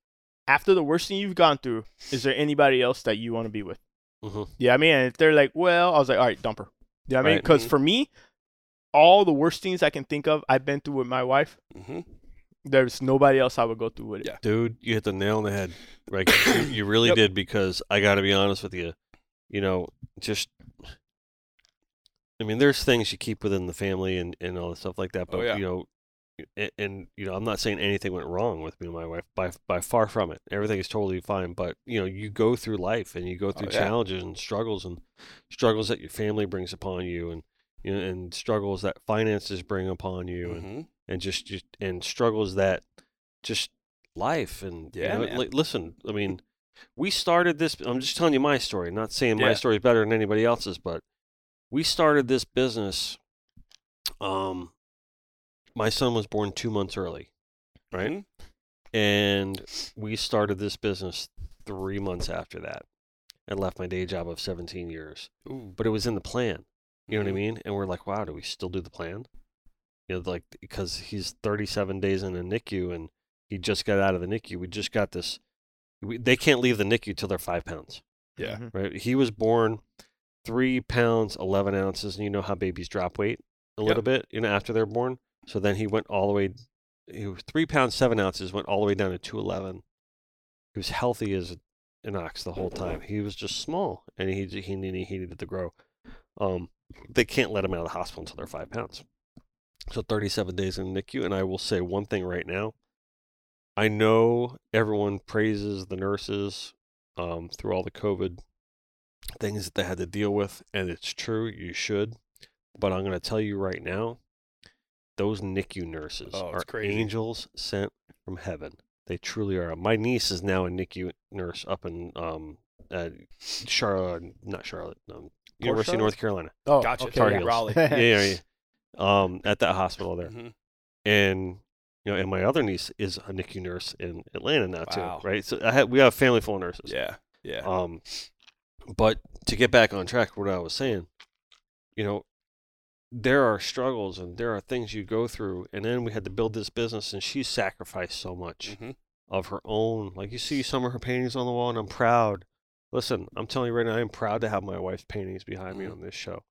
after the worst thing you've gone through, is there anybody else that you want to be with? Mhm. Yeah, I mean, and if they're like, well, I was like, all right, dumper. Yeah, I mean, Right. because Mhm. for me, all the worst things I can think of, I've been through with my wife. Mhm. There's nobody else I would go through with it. Yeah. Dude, you hit the nail on the head. Right. you, you really Yep. did because I got to be honest with you. You know, just I mean, there's things you keep within the family and and all the stuff like that, Oh, but yeah. you know, and, and you know, I'm not saying anything went wrong with me and my wife by by far from it. Everything is totally fine, but you know, you go through life and you go through Oh, yeah. challenges and struggles and struggles that your family brings upon you and you know, and struggles that finances bring upon you and Mhm. and just, just and struggles that just life and you Yeah, know, man. li- listen i mean we started this i'm just telling you my story not saying my Yeah. story is better than anybody else's but we started this business um my son was born two months early right Mhm. and we started this business three months after that and left my day job of 17 years Ooh. but it was in the plan. You know Mhm. what I mean? And we're like, wow, do we still do the plan? You know, like because he's 37 days in a NICU and he just got out of the NICU. We just got this. We, they can't leave the NICU till they're five pounds, Yeah. Mhm. right? He was born three pounds 11 ounces, and you know how babies drop weight a Yep. little bit, you know, after they're born. So then he went all the way. He was three pounds seven ounces, went all the way down to 211. He was healthy as an ox the whole time. He was just small, and he he he needed, he needed to grow um, they can't let him out of the hospital until they're five pounds. So 37 days in the NICU. And I will say one thing right now. I know everyone praises the nurses um, through all the COVID things that they had to deal with. And it's true, you should. But I'm going to tell you right now those NICU nurses Oh, it's are crazy. angels sent from heaven. They truly are. My niece is now a NICU nurse up in um, uh, Charlotte, not Charlotte, um, University of Charlotte? North Carolina Oh, Gotcha. okay, Tar yeah. Heels. Raleigh. yeah, yeah, yeah. Um, at that hospital there, Mhm. and you know, and my other niece is a NICU nurse in Atlanta now Wow. too, right? So I had, we have a family full of nurses. Yeah. Yeah. Um, but to get back on track, what I was saying, you know, there are struggles and there are things you go through, and then we had to build this business, and she sacrificed so much Mhm. of her own. Like you see some of her paintings on the wall, and I'm proud. Listen, I'm telling you right now, I'm proud to have my wife's paintings behind me Mhm. on this show,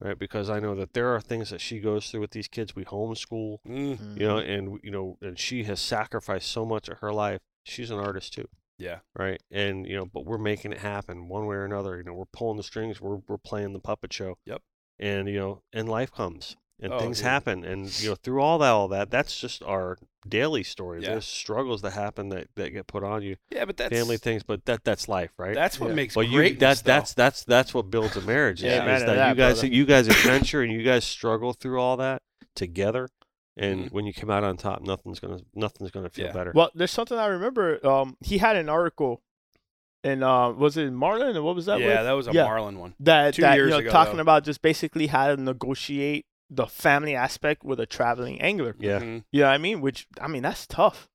right? Because I know that there are things that she goes through with these kids. We homeschool, Mm. Mhm. you know, and you know, and she has sacrificed so much of her life. She's an artist too, Yeah. right? And you know, but we're making it happen one way or another. You know, we're pulling the strings. We're we're playing the puppet show. Yep. And you know, and life comes, and Oh, things dude. happen and you know through all that all that that's just our daily stories Yeah. there's struggles that happen that, that get put on you Yeah, but that's family things but that that's life right That's what Yeah. makes but you greatness, that's though. that's that's that's what builds a marriage is- Yeah, is, amen to that, that, you guys brother. you guys adventure and you guys struggle through all that together and Mhm. when you come out on top nothing's gonna nothing's gonna feel Yeah. better Well, there's something I remember. Um, he had an article, and uh, was it Marlon? or What was that? yeah, with? that was a yeah. Marlin one. that two that years you know ago, talking though. about just basically how to negotiate the family aspect with a traveling angler. yeah Mhm. You know what I mean? Which I mean that's tough.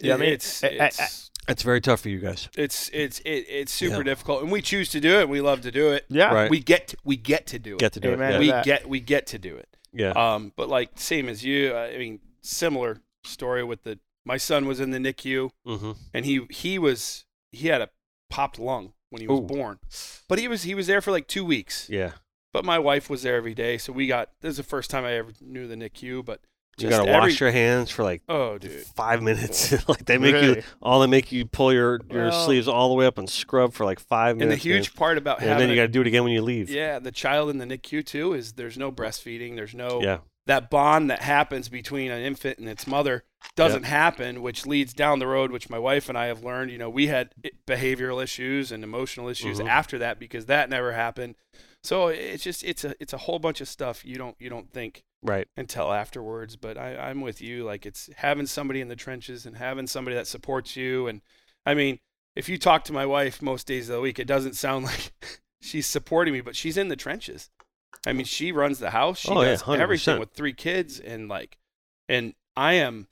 Yeah, I mean, it's I- I- it's it's very tough for you guys it's it's it, it's super Yeah. difficult, and we choose to do it. We love to do it. Yeah. Right. We get to, we get to do it. get to do Amen. it we yeah, that. get we get to do it. yeah. Um, but like same as you, uh, I mean, similar story with the my son was in the NICU Mhm. and he he was he had a popped lung when he was Ooh. born, but he was he was there for like two weeks. yeah But my wife was there every day, so we got this is the first time I ever knew the NICU. But you just gotta every- wash your hands for like Oh, dude. five minutes. like they make you Really? all they make you pull your, your Well- sleeves all the way up and scrub for like five And the minutes. huge part about man. and having then you a- gotta do it again when you leave. yeah the child in the NICU too is there's no breastfeeding, there's no Yeah. that bond that happens between an infant and its mother doesn't happen, which leads down the road, which my wife and I have learned. You know, we had i- behavioral issues and emotional issues Mhm. after that because that never happened. So it's just it's a it's a whole bunch of stuff you don't you don't think Right. until afterwards. But I, I'm with you. Like it's having somebody in the trenches and having somebody that supports you. And I mean, if you talk to my wife most days of the week, it doesn't sound like she's supporting me, but she's in the trenches. I mean, she runs the house. She Oh, yeah, does 100%. everything with three kids and like, and I am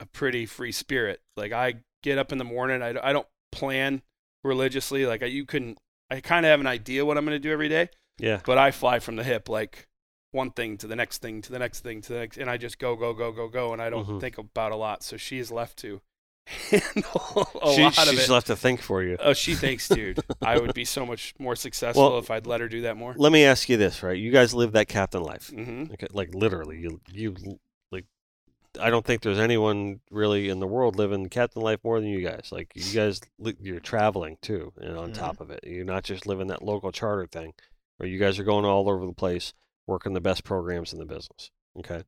a pretty free spirit. Like I get up in the morning. I, I don't plan religiously. Like I, you couldn't, I kind of have an idea what I'm going to do every day Yeah. but I fly from the hip like one thing to the next thing to the next thing to the next and I just go go go go go and I don't Mhm. think about a lot so she's left to handle a she, lot she's of it. left to think for you. oh she thinks dude I would be so much more successful Well- if I'd let her do that more Let me ask you this, right? You guys live that captain life. mm-hmm. Okay, like literally, you you like. I don't think there's anyone really in the world living captain life more than you guys. Like you guys, li- you're traveling too, and on Mm-hmm. Mhm. top of it, you're not just living that local charter thing, where you guys are going all over the place, working the best programs in the business. Okay,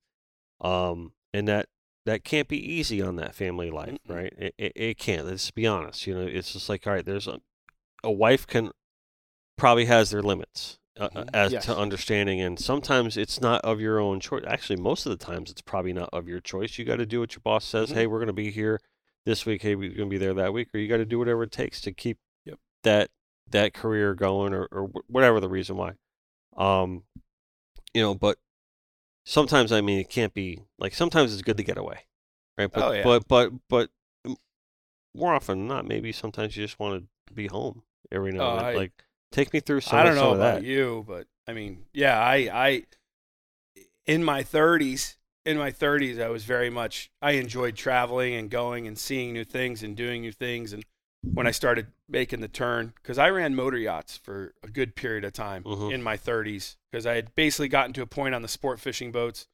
um, and that that can't be easy on that family life, Mm-mm. right? It, it it can't. Let's be honest. You know, it's just like all right. There's a a wife can probably has their limits uh, uh, Mhm. as Yes. to understanding and sometimes it's not of your own choice actually most of the times it's probably not of your choice you got to do what your boss says Mhm. hey we're going to be here this week hey we're going to be there that week or you got to do whatever it takes to keep Yep. that that career going or, or wh- whatever the reason why um you know but sometimes i mean it can't be like sometimes it's good to get away right but Oh, yeah. but but but m- more often than not maybe sometimes you just want to be home every now Oh, and then I- like take me through some I of- don't some know of about that you but I mean yeah I I in my 30s in my 30s I was very much I enjoyed traveling and going and seeing new things and doing new things and when I started making the turn because I ran motor yachts for a good period of time Mhm. in my 30s because I had basically gotten to a point on the sport fishing boats.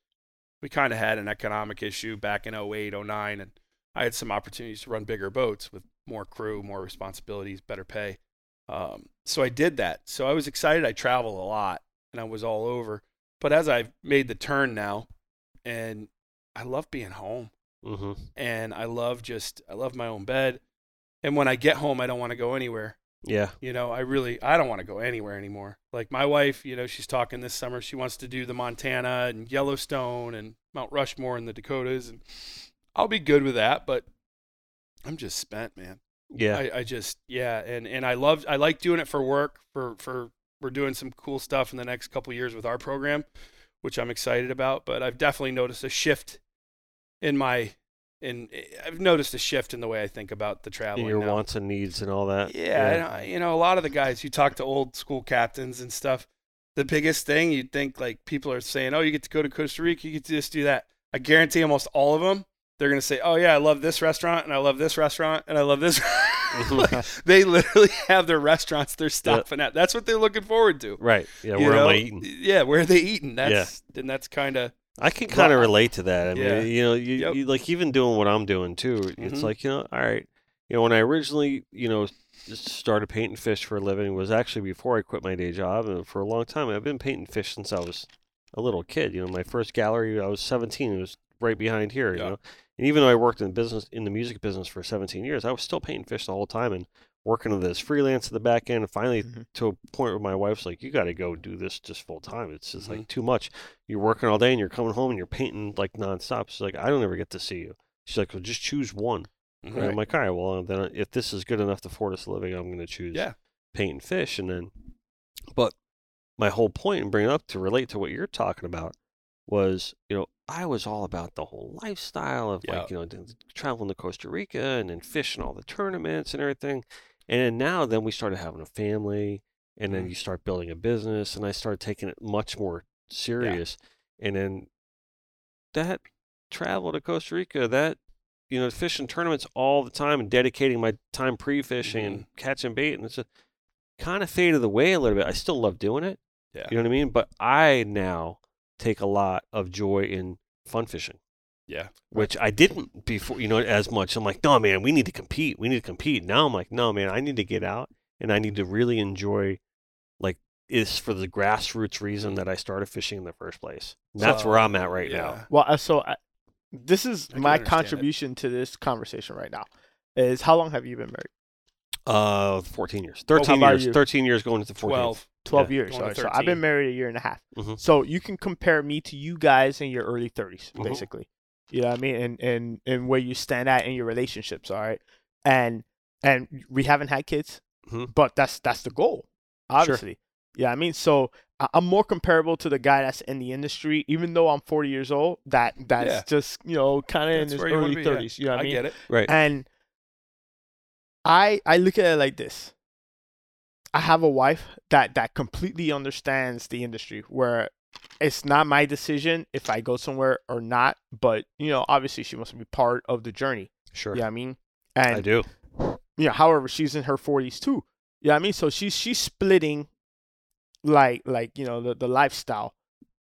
We kind of had an economic issue back in 08, 09, and I had some opportunities to run bigger boats with more crew, more responsibilities, better pay. Um, so I did that. So I was excited. I traveled a lot and I was all over. But as I've made the turn now, and I love being home hmm and I love just, I love my own bed. And when I get home, I don't want to go anywhere. Yeah. You know, I really I don't want to go anywhere anymore. Like my wife, you know, she's talking this summer. She wants to do the Montana and Yellowstone and Mount Rushmore and the Dakotas, and I'll be good with that. But I'm just spent, man. Yeah. I, I just yeah, and and I love I like doing it for work for for we're doing some cool stuff in the next couple years with our program, which I'm excited about. But I've definitely noticed a shift in my in I've noticed a shift in the way I think about the traveling. your now. wants and needs and all that. Yeah, and I- you know, a lot of the guys you talk to old school captains and stuff. The biggest thing you'd think like people are saying, "Oh, you get to go to Costa Rica, you get to just do that." I guarantee almost all of them, they're gonna say, "Oh yeah, I love this restaurant, and I love this restaurant, and I love this." Like, they literally have their restaurants they're stopping at. That's what they're looking forward to. Right. Yeah. you Where am know? I eating? Yeah, where are they eating? That's and that's kind of I can kind of Well, relate to that. I mean, yeah. you know, you, Yep. you like even doing what I'm doing too. Mhm. It's like you know, all right. You know, when I originally, you know, just started painting fish for a living was actually before I quit my day job, and for a long time I've been painting fish since I was a little kid. You know, my first gallery, I was 17. It was right behind here. Yeah. You know, and even though I worked in business in the music business for 17 years, I was still painting fish the whole time and working on this freelance at the back end. And finally, Mhm. to a point where my wife's like, "You got to go do this just full time. It's just Mm-hmm. like too much. You're working all day and you're coming home and you're painting like nonstop." She's like, "I don't ever get to see you." She's like, "Well, just choose one." And I'm Right. like, "All right, well, then uh, if this is good enough to afford us a living, I'm going to choose." Yeah. painting fish and then but my whole point in bringing up to relate to what you're talking about was you know i was all about the whole lifestyle of Yeah. like you know th- traveling to costa rica and then fishing all the tournaments and everything and then now then we started having a family and then you start building a business and i started taking it much more serious and then that travel to costa rica that you know fishing tournaments all the time and dedicating my time pre-fishing and catching bait and it's a, kind of faded away a little bit i still love doing it Yeah. you know what i mean but i now take a lot of joy in fun fishing Yeah. which I didn't before, you know, as much. I'm like, no, man, we need to compete. We need to compete. Now I'm like, no, man, I need to get out and I need to really enjoy, like, is for the grassroots reason that I started fishing in the first place. That's where So, I'm at right now. yeah. Well, uh, so I, this is I can my understand it. contribution to this conversation right now. Is how long have you been married? Uh, 14 years, how 13 about years, you? 13 years going into 14. Twelve. 12 Yeah, years. going Sorry. to So I've 13. been married a year and a half. Mm-hmm. Mhm. So you can compare me to you guys in your early 30s, Mm-hmm. Mhm. basically. You know what I mean? And, and and where you stand at in your relationships, all right? And and we haven't had kids, Mm-hmm. Mhm. but that's that's the goal, obviously. Yeah, I mean, so I- I'm more comparable to the guy that's in the industry, even though I'm 40 years old. That that's Yeah. just you know kind of in That's his where you wanna early be, yeah. 30s. You know what I I mean? get it. Right. And I I look at it like this. I have a wife that that completely understands the industry where it's not my decision if I go somewhere or not, but you know, obviously she wants to be part of the journey. Sure. Yeah, I mean? I And do. you know, however, she's in her forties too. Yeah, I mean? So she's she's splitting like like, you know, the, the lifestyle.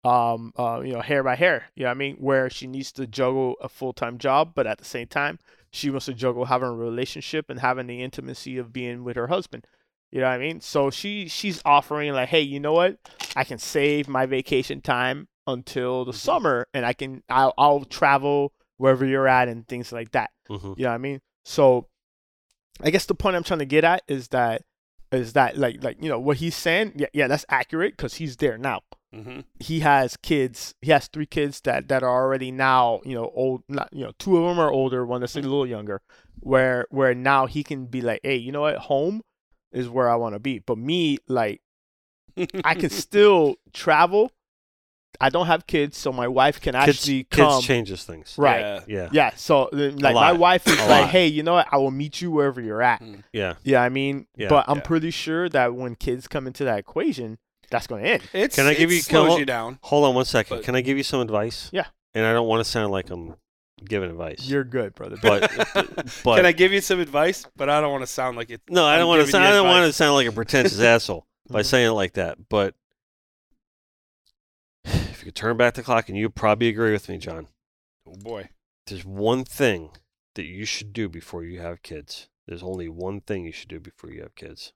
Um uh, you know, hair by hair. You know what I mean? Where she needs to juggle a full time job, but at the same time, she wants to juggle having a relationship and having the intimacy of being with her husband. You know what I mean? So she she's offering like, hey, you know what? I can save my vacation time until the summer and I can I'll I'll travel wherever you're at and things like that. hmm You know what I mean? So I guess the point I'm trying to get at is that is that like like you know what he's saying? Yeah, yeah, that's accurate because he's there now. Mm-hmm. He has kids. He has three kids that that are already now you know old. Not, you know, two of them are older. One Mm-hmm. that's a little younger. Where where now he can be like, hey, you know what? Home is where I want to be. But me, like, I can still travel. I don't have kids, so my wife can Kids, actually kids come. changes things. Right. Yeah. Yeah, so then, like my lot. wife is A like, lot. "Hey, you know what? I will meet you wherever you're at." Mm. Yeah. Yeah, I mean, Yeah, but I'm yeah. pretty sure that when kids come into that equation, that's going to end. It's, Can I give it you- slows can I- you down? Hold on one second. But- Can I give you some advice? Yeah. And I don't want to sound like I'm giving advice. You're good, brother. but, but Can I give you some advice? But I don't want to sound like it. No, I I'm don't want to. giving Sound, you I don't want to advice. Mm-hmm. sound like a pretentious asshole by saying it like that. But if you could turn back the clock, and you probably agree with me, John. Oh boy. There's one thing that you should do before you have kids. There's only one thing you should do before you have kids.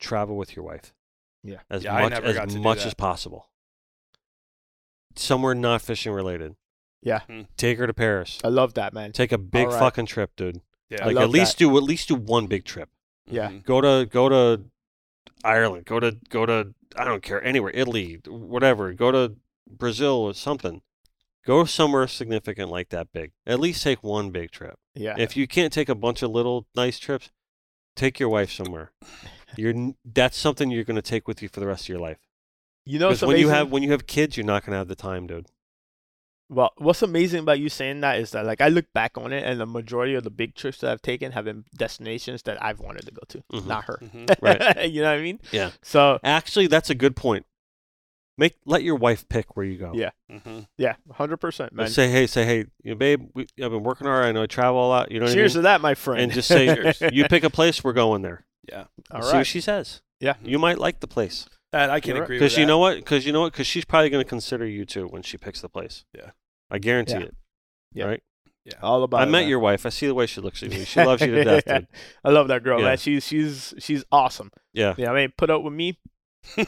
Travel with your wife. Yeah. As Yeah, I much never as got to do much that. as possible. Somewhere not fishing related. Yeah. Mhm. Take her to Paris. I love that, man. Take a big All right. fucking trip, dude. Yeah. I like love at least that. do at least do one big trip Yeah. Mhm. go to go to Ireland, go to go to I don't care anywhere, Italy, whatever, go to Brazil or something. Go somewhere significant like that big. At least take one big trip. Yeah, If you can't take a bunch of little nice trips, take your wife somewhere. You're n- that's something you're going to take with you for the rest of your life. you know, Because what's when amazing? you have when you have kids, you're not going to have the time, dude. well, what's amazing about you saying that is that like I look back on it, and the majority of the big trips that I've taken have been destinations that I've wanted to go to, Mhm. not her. Mhm. Right. you know what I mean? Yeah. So Actually, that's a good point. Make let your wife pick where you go. Yeah. Mhm. yeah, hundred percent, But man. Say hey, say hey, you know, babe. We, I've been working hard. I know I travel a lot. You know what I mean? Cheers to that, my friend. and just say Cheers. you pick a place we're going there Yeah. All And see right. what she says Yeah. you might like the place That I can You're right. agree with. because you that. know what because you know what because she's probably going to consider you too when she picks the place Yeah. i guarantee Yeah. it Yeah. right All about. i it, met man. your wife i see the way she looks at you she loves you to death dude. I love that girl, Yeah. man. She's she's she's awesome. yeah Yeah, I mean, put up with me.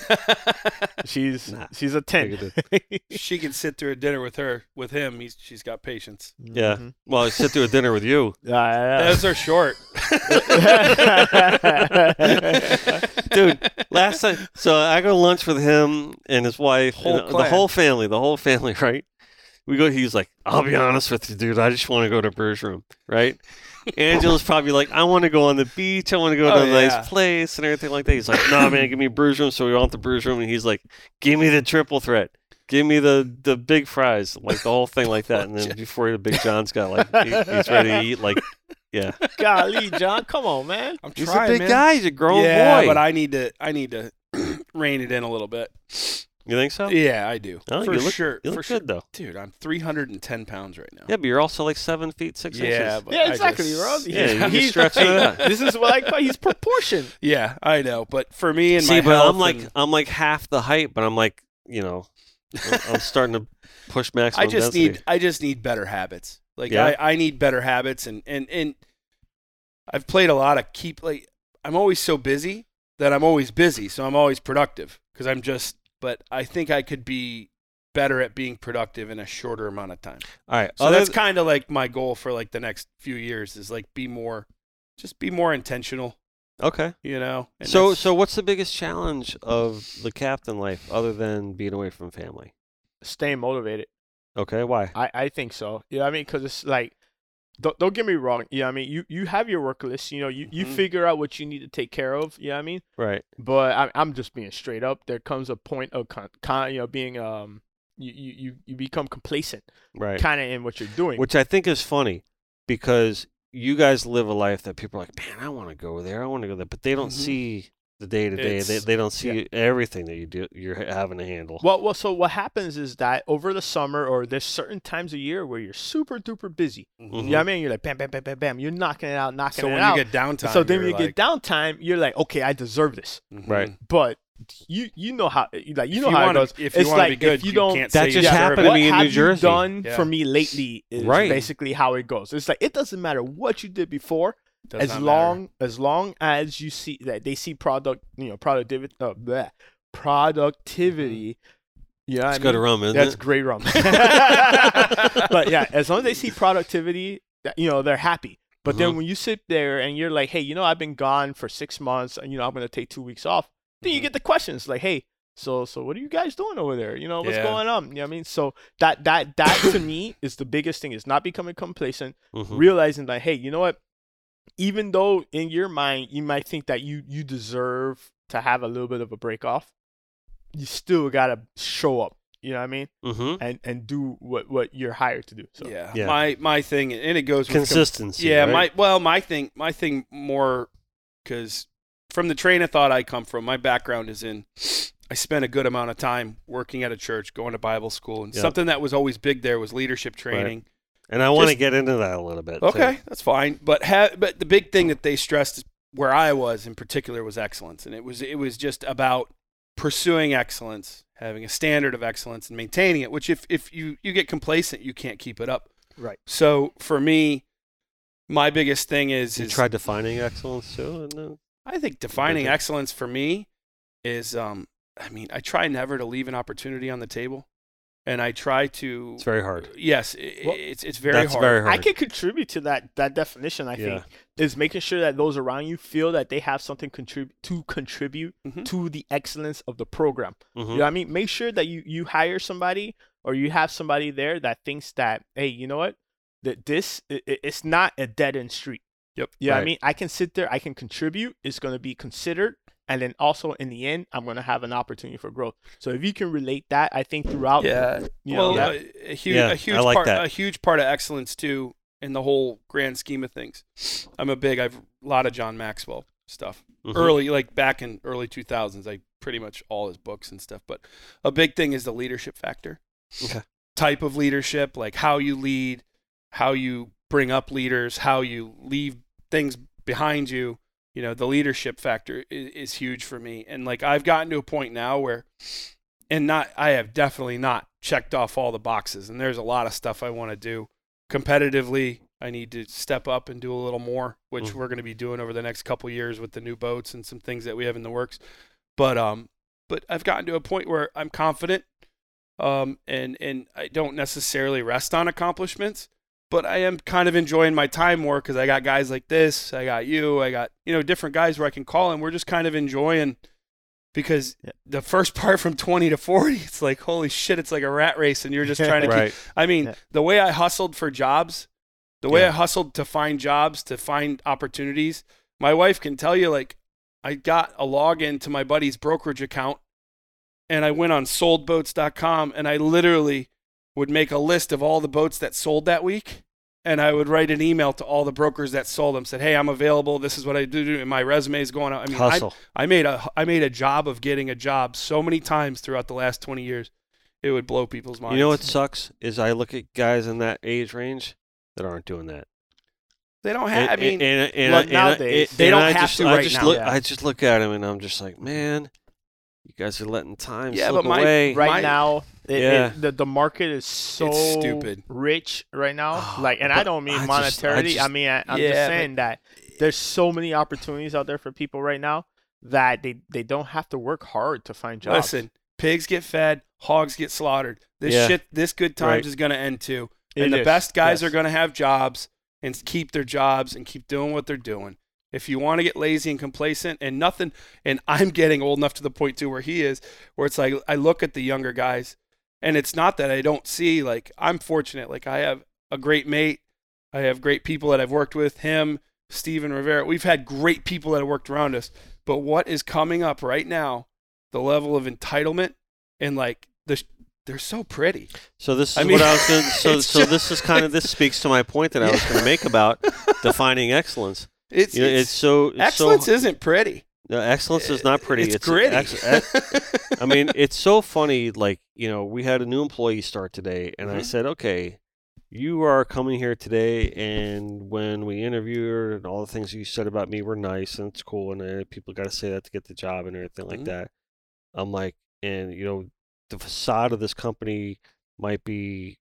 She's Nah. she's a ten. Figured she can sit through a dinner with her, with him. He's, she's got patience. Yeah. Mm-hmm. Well, I sit through a dinner with you. Those are short. Mm-hmm. dude. Last time, so I go to lunch with him and his wife, Whole and the clan. whole family, the whole family, right? We go. He's like, "I'll be honest with you, dude. I just want to go to Bergeron, right?" Angela's probably like, "I want to go on the beach. I want to go to Oh, a yeah. nice place and everything like that." He's like, "No, man, give me Bergeron." So we want the Bergeron, and he's like, "Give me the triple threat." Give me the, the big fries, like the whole thing, like that, and then before the Big John's got like he, he's ready to eat, like yeah, Golly, John, come on, man. I'm he's trying, a big man. guy, he's a grown yeah, boy. but I need to. I need to rein it in a little bit. you think so? Yeah, I do. Oh, for you look- sure. you for look sure. good though. Dude, I'm 310 pounds right now. Yeah, but you're also like seven feet six Yeah, inches. but yeah, I exactly, just- Rob. Yeah, He's- you can he's- stretch it out. This is what I call he's proportion. Yeah, I know. But for me and See, my but health I'm like and- I'm like half the height, but I'm like you know, I'm- I'm starting to push maximum I just density. need I just need better habits. Like Yeah? I, I need better habits and and and I've played a lot of keep like I'm always so busy that I'm always busy, so I'm always productive because I'm just but I think I could be better at being productive in a shorter amount of time. All right, So other that's th- kind of like my goal for like the next few years is like be more just be more intentional, okay. you know. and So that's- so what's the biggest challenge of the captain life other than being away from family? Staying motivated. Okay, why? I, I think so. You know what I mean? Because it's like, don't, don't get me wrong. You know what I mean? You you have your work list. You know, you, you Mhm. figure out what you need to take care of. You know what I mean? Right. But I, I'm just being straight up. There comes a point of con, con you know, being, um, you, you, you, you become complacent Right. kind of in what you're doing. Which I think is funny because you guys live a life that people are like, man, I want to go there, I want to go there, but they don't Mhm. see the day to day. They It's- they don't see everything that you do. You're having to handle. Well, well, so what happens is that over the summer or there's certain times of year where you're super duper busy. Mhm. You know what I mean? You're like bam, bam, bam, bam, bam. You're knocking it out, knocking mm-hmm. so it when out. you get downtime so then you're when you like, get downtime, you're like, okay, I deserve this. Mhm. Right. But you you know how like you If know you how wanna- it goes. if you it's wanna like be good, if you, you don't can't That say just you deserve happened it. to what me in have New you Jersey. done Yeah. for me lately is Right. basically how it goes. It's like it doesn't matter what you did before, Does as not matter. long as long as you see that they see product you know productivity uh, bleh, productivity. Mm-hmm. Yeah, it's I good mean, rum, isn't that's it? great rum. but yeah, as long as they see productivity, that- you know, they're happy. But then Mhm. when you sit there and you're like, hey, you know, I've been gone for six months, and you know, I'm gonna take two weeks off. Then you Mhm. get the questions like, hey, so so what are you guys doing over there? You know, what's Yeah. going on? You know what I mean? So that that that to me is the biggest thing is not becoming complacent, Mhm. realizing that hey, you know what? Even though in your mind you might think that you you deserve to have a little bit of a break off, you still gotta show up. You know what I mean? Mm-hmm. and and do what what you're hired to do. So yeah. Yeah. My my thing, and it goes with com- Consistency. yeah. right? My well, my thing, my thing more because from the train of thought I come from, my background is in. I spent a good amount of time working at a church, going to Bible school, and Yeah. something that was always big there was leadership training. and I want to just- get into that a little bit. too. Okay, that's fine. But ha- but the big thing that they stressed where I was in particular was excellence, and it was it was just about pursuing excellence, having a standard of excellence, and maintaining it. Which if if you you get complacent, you can't keep it up. right. So for me, my biggest thing is, You is tried defining excellence too, and then I think defining Okay. excellence for me is um I mean, I try never to leave an opportunity on the table and I try to it's very hard. Yes, i Well, it's it's very That's hard. very hard. I can contribute to that that definition. I think is making sure that those around you feel that they have something contrib- to contribute Mhm. to the excellence of the program. Mhm. Mm-hmm. You know what I mean? Make sure that you you hire somebody or you have somebody there that thinks that hey, you know what? That this i i- it's not a dead end street. Yep. You know what I Right. mean? I can sit there, I can contribute, it's going to be considered, and then also in the end, I'm going to have an opportunity for growth. So if you can relate that, I think throughout Yeah. you know, well, uh, that- a, a huge Yeah, I a huge like part that. a huge part of excellence too in the whole grand scheme of things. I'm a big I've a lot of John Maxwell stuff. Mhm. early like back in early 2000s i pretty much all his books and stuff but a big thing is the leadership factor Okay. type of leadership like how you lead how you bring up leaders how you leave things behind you you know the leadership factor is, is huge for me and like i've gotten to a point now where and not i have definitely not checked off all the boxes and there's a lot of stuff i want to do competitively i need to step up and do a little more which Mhm. we're going to be doing over the next couple years with the new boats and some things that we have in the works but um but I've gotten to a point where I'm confident, um, and and I don't necessarily rest on accomplishments, but I am kind of enjoying my time more because I got guys like this, I got you, I got you know different guys where I can call, and we're just kind of enjoying because Yeah. the first part from 20 to 40 it's like holy shit it's like a rat race and you're just trying to keep right. I mean, Yeah. the way I hustled for jobs, the way Yeah. I hustled to find jobs, to find opportunities, my wife can tell you like I got a login to my buddy's brokerage account and I went on soldboats.com and I literally would make a list of all the boats that sold that week and I would write an email to all the brokers that sold them said, "Hey, I'm available. This is what I do and my resume is going out." I mean, I, Hustle. I made a I made a job of getting a job so many times throughout the last 20 years. It would blow people's minds. You know what sucks is I look at guys in that age range that aren't doing that. They don't have. I And- and, mean, and, and, look, I- and I- nowadays, and they don't I have just, to I right just now. Look, Yeah. I just look at him and I'm just like, man, you guys are letting time Yeah, slip but my- away. Right. right now it, Yeah. it, the, the market is so stupid. Oh, rich right now like and But i don't mean I monetarily just- I i, just- mean I, i'm Yeah, just saying that there's so many opportunities out there for people right now that they, they don't have to work hard to find jobs listen, pigs get fed, hogs get slaughtered. This Yeah. shit, this good times Right. is going to end too. It and the is, best guys yes. are going to have jobs and keep their jobs and keep doing what they're doing. If you want to get lazy and complacent and nothing, and I'm getting old enough to the point too where he is, where it's like I look at the younger guys, and it's not that I don't see like I'm fortunate, like I have a great mate, I have great people that I've worked with, him, Steven Rivera. We've had great people that have worked around us. But what is coming up right now, the level of entitlement and like the sh- they're so pretty. So this is I mean, what I was going. So it's so this is kind of this speaks to my point that I was going to make about defining excellence. It's, You know, it's, it's, so it's excellence So, isn't pretty. no, excellence is not pretty. It's, gritty. ex- ex- I mean, it's so funny. Like you know, we had a new employee start today, and I Mhm. said, okay. You are coming here today, and when we interviewed her and all the things you said about me were nice and it's cool, and uh, people got to say that to get the job and everything like Mhm. that. I'm like, and you know, the facade of this company might be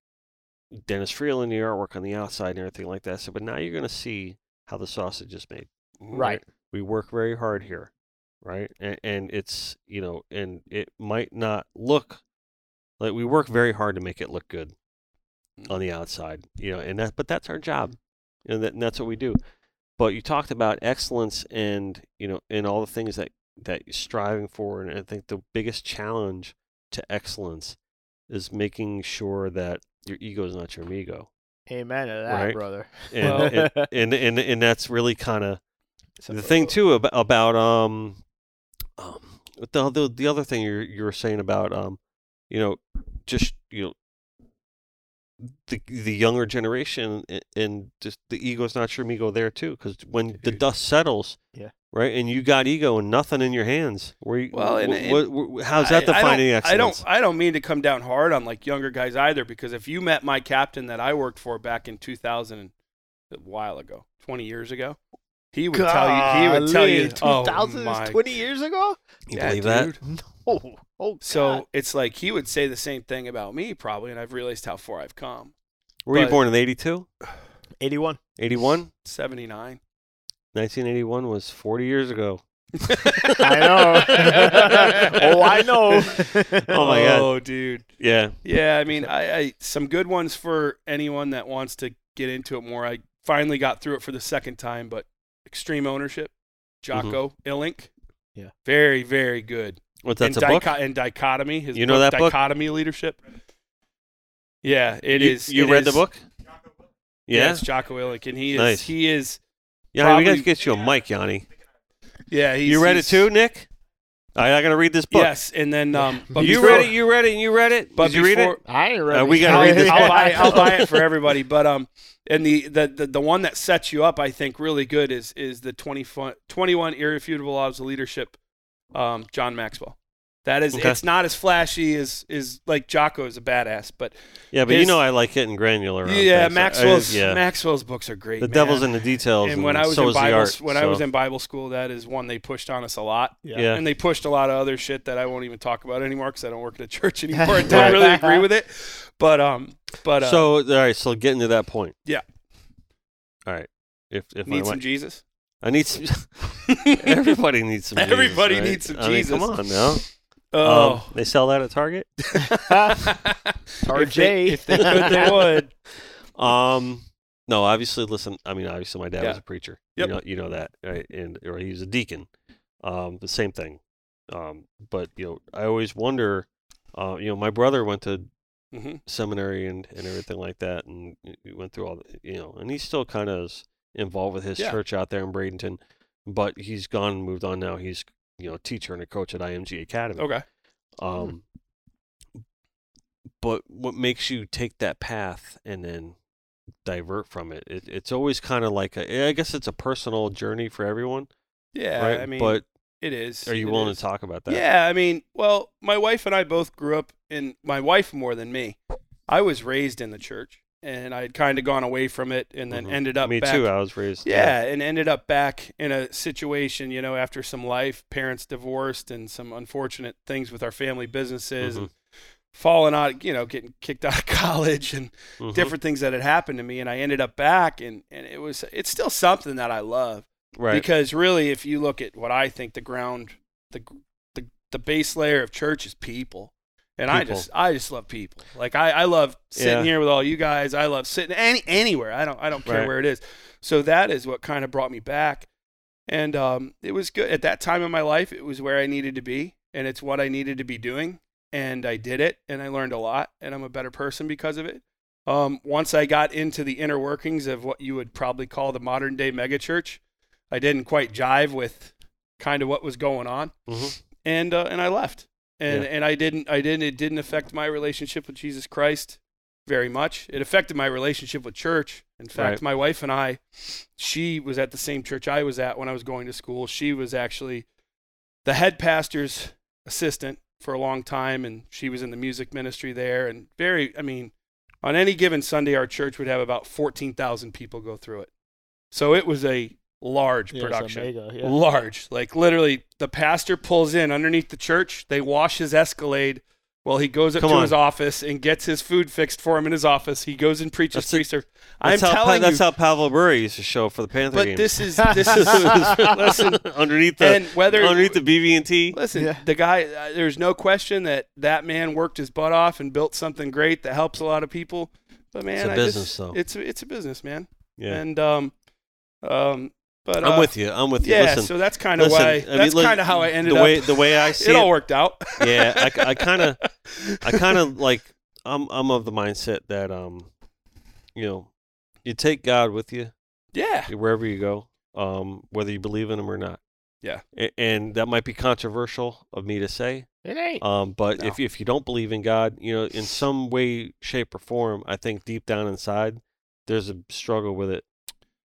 Dennis Freeland, the artwork on the outside and everything like that. So, but now you're going to see how the sausage is made. Right. We work very hard here, right? And, and it's, you know, and it might not look like we work very hard to make it look good on the outside, you know, and that, but that's our job. And, that, and that's what we do. But you talked about excellence and, you know, and all the things that, that you're striving for. And I think the biggest challenge to excellence is making sure that your ego is not your amigo. amen to that Right. brother And, Well- and, and, and, and that's really kind of So- the thing too about, about um, um the, the the other thing you you were saying about um you know just you know the the younger generation and, and just the ego's not your ego there too because when the dust settles Yeah. right and you got ego and nothing in your hands where you, Well, and- wh- and- wh- wh- how's that I- I don't- defining I excellence don't I don't mean to come down hard on like younger guys either because if you met my captain that I worked for back in 2000 and- a while ago, 20 years ago, he would tell you he would tell you Golly, 2000 2000 oh, is my 20 years ago you Yeah, believe dude. that oh, oh So God. it's like he would say the same thing about me probably and I've realized how far I've come. were you But- born in 82 81 81 79. 1981 was 40 years ago i know oh i know Oh, my God. Oh dude. yeah Yeah, I mean, I, I some good ones for anyone that wants to get into it more. I finally got through it for the second time, but Extreme Ownership, Mm-hmm. Jocko Illink, Yeah. very very good. what's that's and, a book dicho- and dichotomy. His You know that book? dichotomy leadership. Yeah, it you, is. you it read the is- book Yeah, yeah it's Jocko Willink, and he is Nice. he is Yanni, we gotta Probably- get you a mic, Yanni. yeah. He's, You read it he's- too, Nick? I, I gotta read this book. Yes, and then um, but you before- read it. You read it. and You read it. But Did you read before, it? I ain't Uh, ready. we gotta read this I'll book. buy, I'll buy it for everybody. But um, and the, the the the one that sets you up, I think, really good is is the 20, fu- 21 irrefutable laws of leadership, um, John Maxwell. That is, Okay. it's not as flashy as is like Jocko is a badass, but Yeah, but you His- know I like getting granular. on things. yeah, I- Maxwell's yeah, Maxwell's books are great. the man. devil's in the details, and when I was so in is Bible the art. when I so- was in Bible school, that is one they pushed on us a lot, yeah, and they pushed a lot of other shit that I won't even talk about anymore because I don't work at a church anymore. I Right. don't really agree with it, but um, but uh, so all right, so getting to that point. Yeah. All right. If if I need some might- Jesus. I need some. everybody needs some. Jesus, Everybody right? needs some I mean, Jesus. come on now. Um, Oh, they sell that at Target. Tar if they, J. if they could, they would. Um, no, obviously, listen. I mean, obviously, my dad was Yeah. a preacher. Yep. You know, you know that, right? And or he was a deacon. Um, the same thing. Um, but you know, I always wonder. Uh, you know, my brother went to hmm seminary and, and everything like that, and he went through all the, you know, and he's still kind of involved with his Yeah. church out there in Bradenton, but he's gone and moved on now. He's you know a teacher and a coach at IMG Academy. Okay. Mm-hmm. Um, but what makes you take that path and then divert from it? it it's always kind of like a, I guess it's a personal journey for everyone, Yeah, right? I mean, but it is. are you It willing is. to talk about that? Yeah, I mean, well, my wife and I both grew up in my wife more than me. I was raised in the church, and I had kind of gone away from it, and then Mhm. ended up Me back too. I was raised. yeah, and ended up back in a situation, you know, after some life, parents divorced, and some unfortunate things with our family businesses, Mm-hmm. and falling out, you know, getting kicked out of college, and Mhm. different things that had happened to me. And I ended up back, and and it was it's still something that I love Right. because really, if you look at what I think the ground, the the the base layer of church is people. And I People. just, I just love people. Like I, I love sitting Yeah. here with all you guys. I love sitting any anywhere. I don't, I don't care Right. where it is. So that is what kind of brought me back. And um, it was good at that time in my life. It was where I needed to be, and it's what I needed to be doing. And I did it, and I learned a lot, and I'm a better person because of it. Um, once I got into the inner workings of what you would probably call the modern day megachurch, I didn't quite jive with kind of what was going on, Mhm. and uh, and I left. And Yeah. and I didn't I didn't it didn't affect my relationship with Jesus Christ very much. It affected my relationship with church. In fact, Right. my wife and I, she was at the same church I was at when I was going to school. She was actually the head pastor's assistant for a long time, and she was in the music ministry there. And very, I mean, on any given Sunday, our church would have about 14,000 people go through it. So it was a large Yeah, it's a production mega, yeah. large. Like literally, the pastor pulls in underneath the church. They wash his Escalade. Well, he goes up Come to on. his office and gets his food fixed for him in his office. He goes and preaches That's three it. serve. I'm That's how, telling that's you, how Pavel Bury used to show for the Panther but game. this is this is listen. underneath the And whether underneath the BB and T. listen, Yeah. the guy. Uh, there's no question that that man worked his butt off and built something great that helps a lot of people. But man, a I business, just, though. It's it's a business, man. Yeah, And um, um, but I'm uh, with you. I'm with you. Yeah, listen, so that's kind of listen, why. I mean, that's look, kind of how I ended the up. way the way I see it all it. worked out. Yeah, I- I kinda- I kind of like I'm I'm of the mindset that um, you know, you take God with you yeah. wherever you go, um, whether you believe in Him or not. Yeah. A- and that might be controversial of me to say, It ain't. Um, but No. if if you don't believe in God, you know, in some way, shape, or form, I think deep down inside, there's a struggle with it,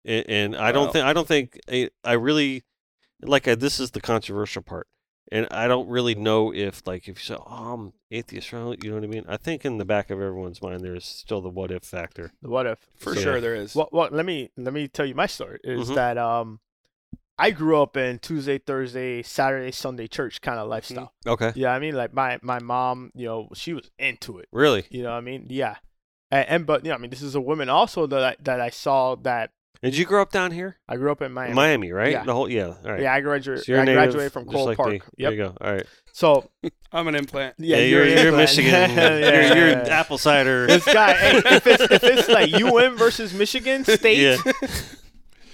and, and I don't Well- think I don't think I, I really like I, this is the controversial part, and I don't really know if like if you say, "Oh, I'm atheist," right? you know what I mean? I think in the back of everyone's mind, there's still the what if factor. What if? For So- sure there is. Well, well, let me let me tell you my story. Is Mhm. that um, I grew up in Tuesday, Thursday, Saturday, Sunday church kind of Mm-hmm. lifestyle. Okay, Yeah, I mean, like my my mom, you know, she was into it. really, You know, what I mean, yeah, and, and but you know, I mean, this is a woman also that I, that I saw that did you grow up down here, I grew up in Miami. Miami, right? Yeah. The whole yeah, all right. Yeah, I graduated. So you're a I native, graduated from just Cole like Park. me. There Yep. you go. All right. So I'm an implant. yeah, Yeah, you're, you're, in Michigan. yeah, you're, you're yeah, yeah. apple cider. This guy, hey, if it's if it's like UM versus Michigan State, Yeah.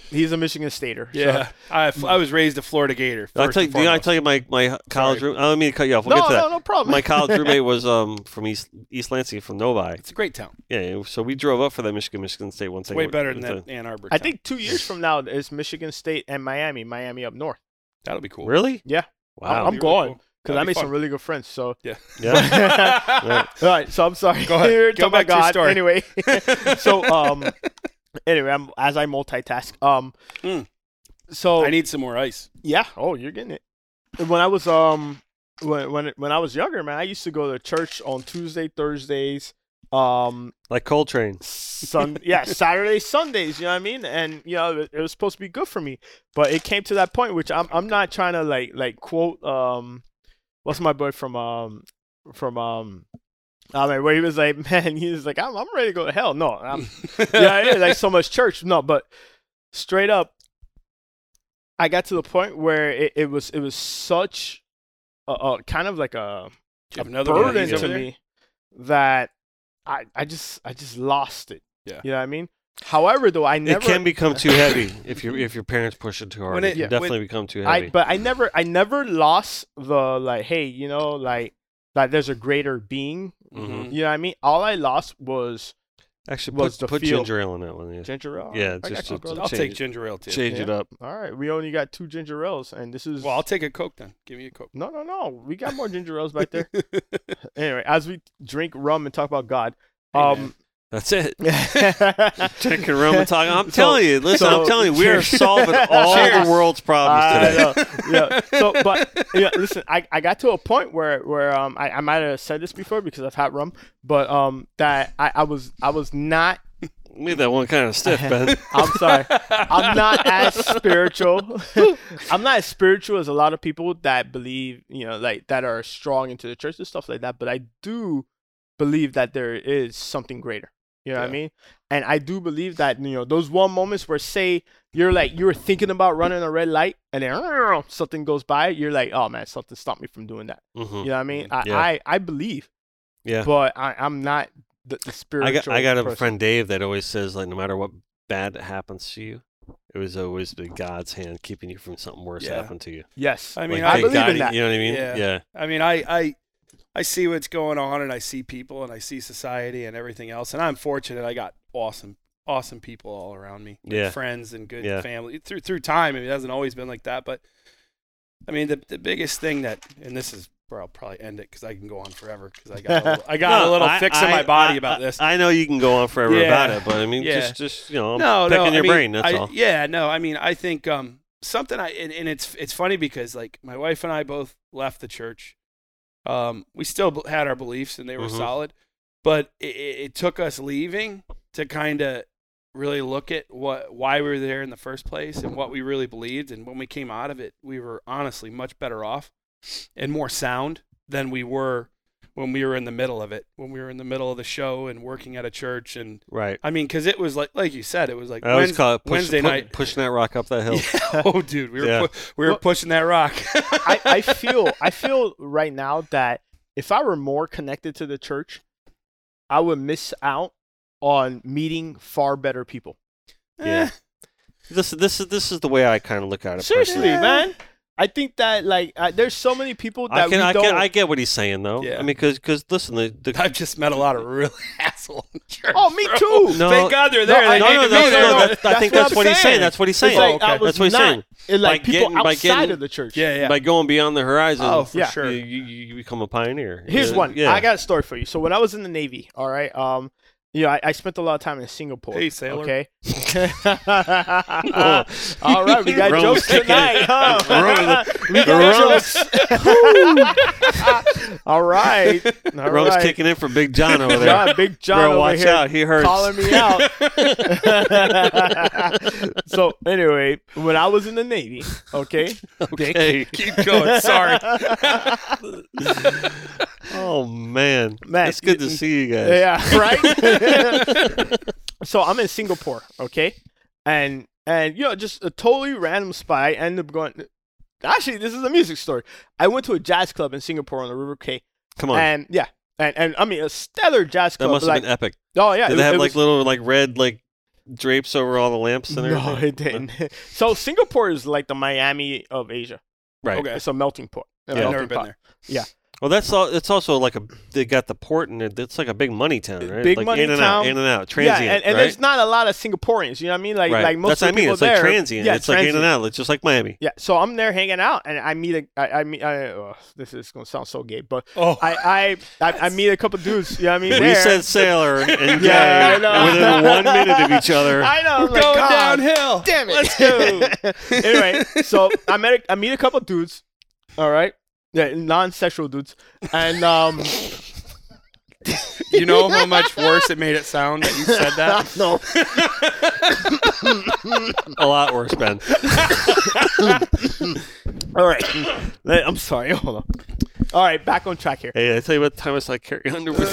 he's a Michigan Stater. so- Yeah. I, I was raised a Florida Gator. I first tell you, and you know, I foremost. tell you, my my college Sorry. room. I don't mean to cut you off. We'll no, get to no, that. no problem. My college roommate was um from East East Lansing, from Novi. it's a great town. Yeah, yeah, so we drove up for that Michigan Michigan State one It's thing. way with- better than with that Ann Arbor. I town. think two years from now it's Michigan State and Miami, Miami up north. that'll be the- cool. Really? Yeah. Wow. I'm That'd be going. cool. Because That'd I be made fun. some really good friends. So yeah. Yeah. all right, so I'm sorry. Go ahead. You're Go talking back about to your God. story. Anyway, so um, anyway, I'm as I multitask. Um, Mm. so I need some more ice. yeah. Oh, you're getting it. When I was um, when when when I was younger, man, I used to go to church on Tuesday, Thursdays, um, Like Coltrane. Sun, yeah, Saturday, Sundays. You know what I mean? And you know, it, it was supposed to be good for me, but it came to that point, which I'm, I'm not trying to like, like quote, um, what's my boy from, um, from, um, I mean, where he was like, man, he was like, I'm, I'm ready to go to hell. No, I'm, yeah, it is like so much church. No, but straight up, I got to the point where it, it was, it was such a, a kind of like a, Do you a have another one of burden these to over there? me that I I just I just lost it. Yeah. You know what I mean? However, though I never it can become too heavy if your if your parents push it too hard. When it, it- can yeah, definitely become too heavy. I but I never I never lost the like hey you know like that there's a greater being. Mm. Mhm. You know what I mean? All I lost was Actually, What's put, the put feel? ginger ale in that one. Yeah. ginger ale. Yeah, just- I got you, just- bro. just- I'll take Change- ginger ale too. Change it Yeah. up. All right, we only got two ginger ales, and this is Well, I'll take a Coke then. Give me a Coke. no, no, no. We got more ginger ales back there. anyway, as we drink rum and talk about God, um, That's it. drinking Drinking rum and talking. I'm So- telling you, listen, I'm so- telling you, we are solving all Cheers. the world's problems today. yeah. So, but yeah, listen, I, I got to a point where where um I, I might have said this before because I've had rum, but um that I, I was I was not Made that one kind of stiff, Ben. I'm sorry. I'm not as spiritual. I'm not as spiritual as a lot of people that believe, you know, like that are strong into the church and stuff like that. But I do believe that there is something greater. You know what I Yeah. mean? And I do believe that, you know, those one moments where say you're like you were thinking about running a red light and then something goes by, you're like, oh man, something stopped me from doing that. hmm You know what I mean? I Yeah. I, I believe, Yeah. but I, I'm not the, the I spiritual. got I got a person. friend Dave that always says like no matter what bad happens to you, it was always the God's hand keeping you from something worse Yeah. happening to you. Yes. I mean, Like, I they I, believe got in it, that. You know what I mean? Yeah. yeah. I mean, I, I, I see what's going on, and I see people, and I see society, and everything else. And I'm fortunate; I got awesome, awesome people all around me, good Yeah. friends and good Yeah. family through through time. I mean, it hasn't always been like that, but I mean, the the biggest thing that, and this is where I'll probably end it because I can go on forever because I got a little, I got No, a little I- fix in I- my body I- about this. I, I know you can go on forever Yeah. about it, but I mean, Yeah. just just you know, I'm no, picking no, I your mean, brain. That's I- all. Yeah, no, I mean, I think um, something I and, and it's it's funny because like my wife and I both left the church. Um, we still b- had our beliefs and they were Mhm. solid, but it, it, it took us leaving to kind of really look at what why we were there in the first place and what we really believed. And when we came out of it, we were honestly much better off and more sound than we were when we were in the middle of it. When we were in the middle of the show and working at a church and Right. I mean, because it was like, like you said, it was like I always Wednes- call it push, Wednesday pu- night. pushing that rock up that hill. Yeah. Oh, dude, we were Yeah. pu- we were Well- pushing that rock. I, I feel I feel right now that if I were more connected to the church, I would miss out on meeting far better people. Yeah. This this is this is the way I kind of look at it. Eh. Seriously, personally. man. I think that like I, there's so many people that I can we I don't. can I get what he's saying though. Yeah. I mean, because listen, the, the I've just met a lot of real asshole in church. oh, me bro. too. No, Thank God they're there. no, They no, hate no, to that's, be no, there, no, but- that- I that's think what that's I'm what he's saying. saying. That's what he's It's saying. like, okay. I was Oh, That's what he's not- saying. It, like By people getting- by outside getting- of the church. Yeah, yeah. By going beyond the horizon, oh, for yeah. sure. you, you, you become a pioneer. Here's Yeah. one. Yeah. I got a story for you. So when I was in the Navy, all right, um, you know, I, I spent a lot of time in Singapore. Hey, sailor. Okay. all right, we got Rome's jokes kicking. tonight, huh? we got Rome's- jokes. all right. All Rome's right. kicking in for Big John over there. John, Big John Bro, over watch here out. He hurts. calling me out. so anyway, when I was in the Navy, okay, Hey. Keep going. Sorry. Oh man, Matt, it's good to see you guys. Yeah, right. so I'm in Singapore, okay, and and you know just a totally random spot. I end up going. Actually, this is a music story. I went to a jazz club in Singapore on the River K, Come on, and yeah, and and I mean a stellar jazz that club. must have like, been epic. oh yeah, Did it- they have it like was- little like red like drapes over all the lamps and no, everything? it didn't. so Singapore is like the Miami of Asia. Right. Okay. It's a melting pot. a Yeah. I've melting never been pot. there. Well, that's all. It's also like a they got the port and it. It's like a big money town, right? Big like money in and out, town. in and out, transient. yeah, and, and right? there's not a lot of Singaporeans. You know what I mean? Like right. like most that's of what I the mean. people It's like there- transient. Yeah, it's like in transient. and out. It's just like Miami. Yeah, so I'm there hanging out, and I meet a I, I meet I, oh, this is gonna sound so gay, but Oh, I I, I, I meet a couple dudes. You know what I mean? We there. said sailor and gay Yeah, I know. within one minute of each other. I know. I'm like, going God, downhill. Damn it. Let's go. anyway, so I met a, I meet a couple dudes. All right, yeah, non-sexual dudes, and um, You know how much worse it made it sound that you said that. no, a lot worse, Ben. all right, I'm sorry. Hold on. All right, back on track here. Hey, did I tell you about the time I saw Carrie Underwood.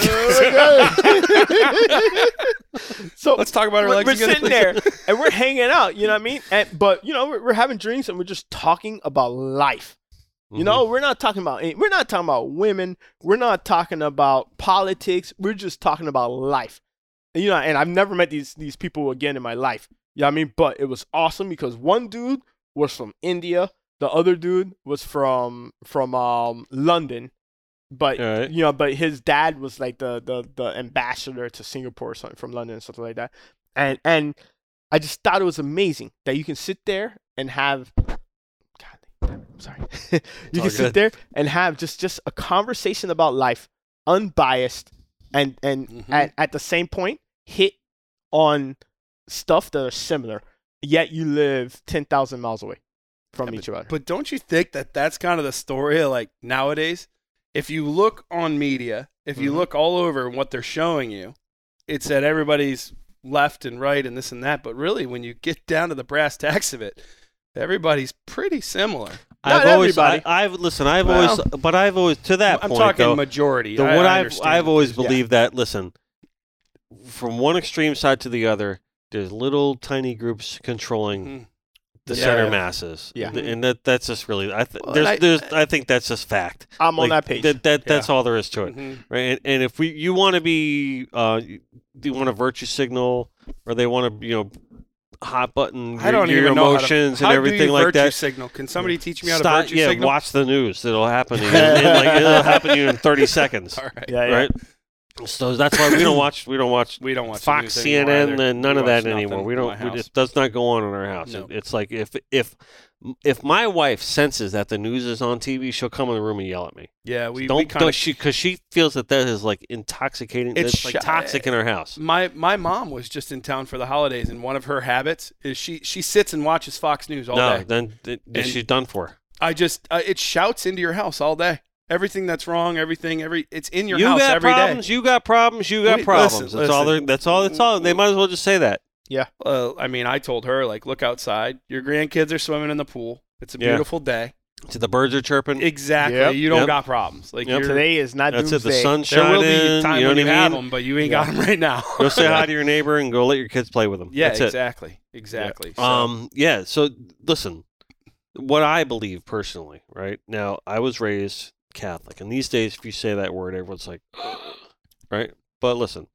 so Let's talk about our we're, legs we're again, sitting please. there and we're hanging out you know what i mean and, but you know we're, we're having drinks and we're just talking about life Mm-hmm. You know, we're not talking about any, we're not talking about women. We're not talking about politics. We're just talking about life. And, you know, and I've never met these these people again in my life. You know what I mean? But it was awesome because one dude was from India, the other dude was from from um London. But All right. you know, but his dad was like the the the ambassador to Singapore or something from London or something like that. And and I just thought it was amazing that you can sit there and have God damn it, I'm sorry. all you can sit good. there and have just just a conversation about life unbiased and and Mhm. Mm-hmm. at, at the same point hit on stuff that are similar yet you live 10,000 miles away from Yeah, each other. But don't you think that that's kind of the story? of, Like nowadays, if you look on media, if you Mm-hmm. Mhm. look all over and what they're showing you, it's that everybody's left and right and this and that. But really, when you get down to the brass tacks of it, everybody's pretty similar. I've Not always, everybody. I, have listen. I've Well- always, but I've always to that I'm point. talking though, majority. the I, what I I've understand I've it. always Yeah. believed that listen, from one extreme side to the other, there's little tiny groups controlling Mhm. the Yeah. center masses. Yeah. Th- and that that's just really I th- Well, there's and I- there's I think that's just fact. I'm on Like, that page. That, that that's all there is to it. Mhm. Right, and, and if we you want to be, uh, you- do you want to virtue signal, or they want to, you know, hot button your, I don't your even know how to- emotions How and do everything you like virtue that. Signal. Can somebody teach me how to Stop- virtue yeah, signal? watch the news. It'll happen. To you. And, like, it'll happen to you in thirty seconds. All right. yeah, yeah. Right. So that's why we don't watch. We don't watch We don't watch the Fox, news anymore CNN, either. and none We of that watch nothing anymore. We in don't. my we- house. It does not go on in our house. No. It- It's like if if if my wife senses that the news is on TV, she'll come in the room and yell at me. yeah, we don't we kind don't- she because she feels that that is like intoxicating. It's It's, like sho- toxic in her house. My my mom was just in town for the holidays, and one of her habits is she she sits and watches Fox News all No, day. then th- And- she's done for. I just uh, it shouts into your house all day. Everything that's wrong, everything every it's in your you house got every day. problems. You got problems. You got Wait, problems. listen, that's all. listen. Mm. They're, that's all. That's all. They might as well just say that. Uh, I mean, I told her like, look outside. Your grandkids are swimming in the pool. It's a Yeah. beautiful day. So the birds are chirping. Exactly. Yep. You don't Yep. got problems. Like Yep. you're- Today is not that's it. doomsday. The sun's there shining. will be a time you know when you what I have mean? them, but you ain't Yeah. got them right now. Go say hi to your neighbor and go let your kids play with them. yeah, that's it. exactly, exactly. So, Um, yeah. So listen, what I believe personally, right now, I was raised Catholic, and these days, if you say that word, everyone's like, right. But listen,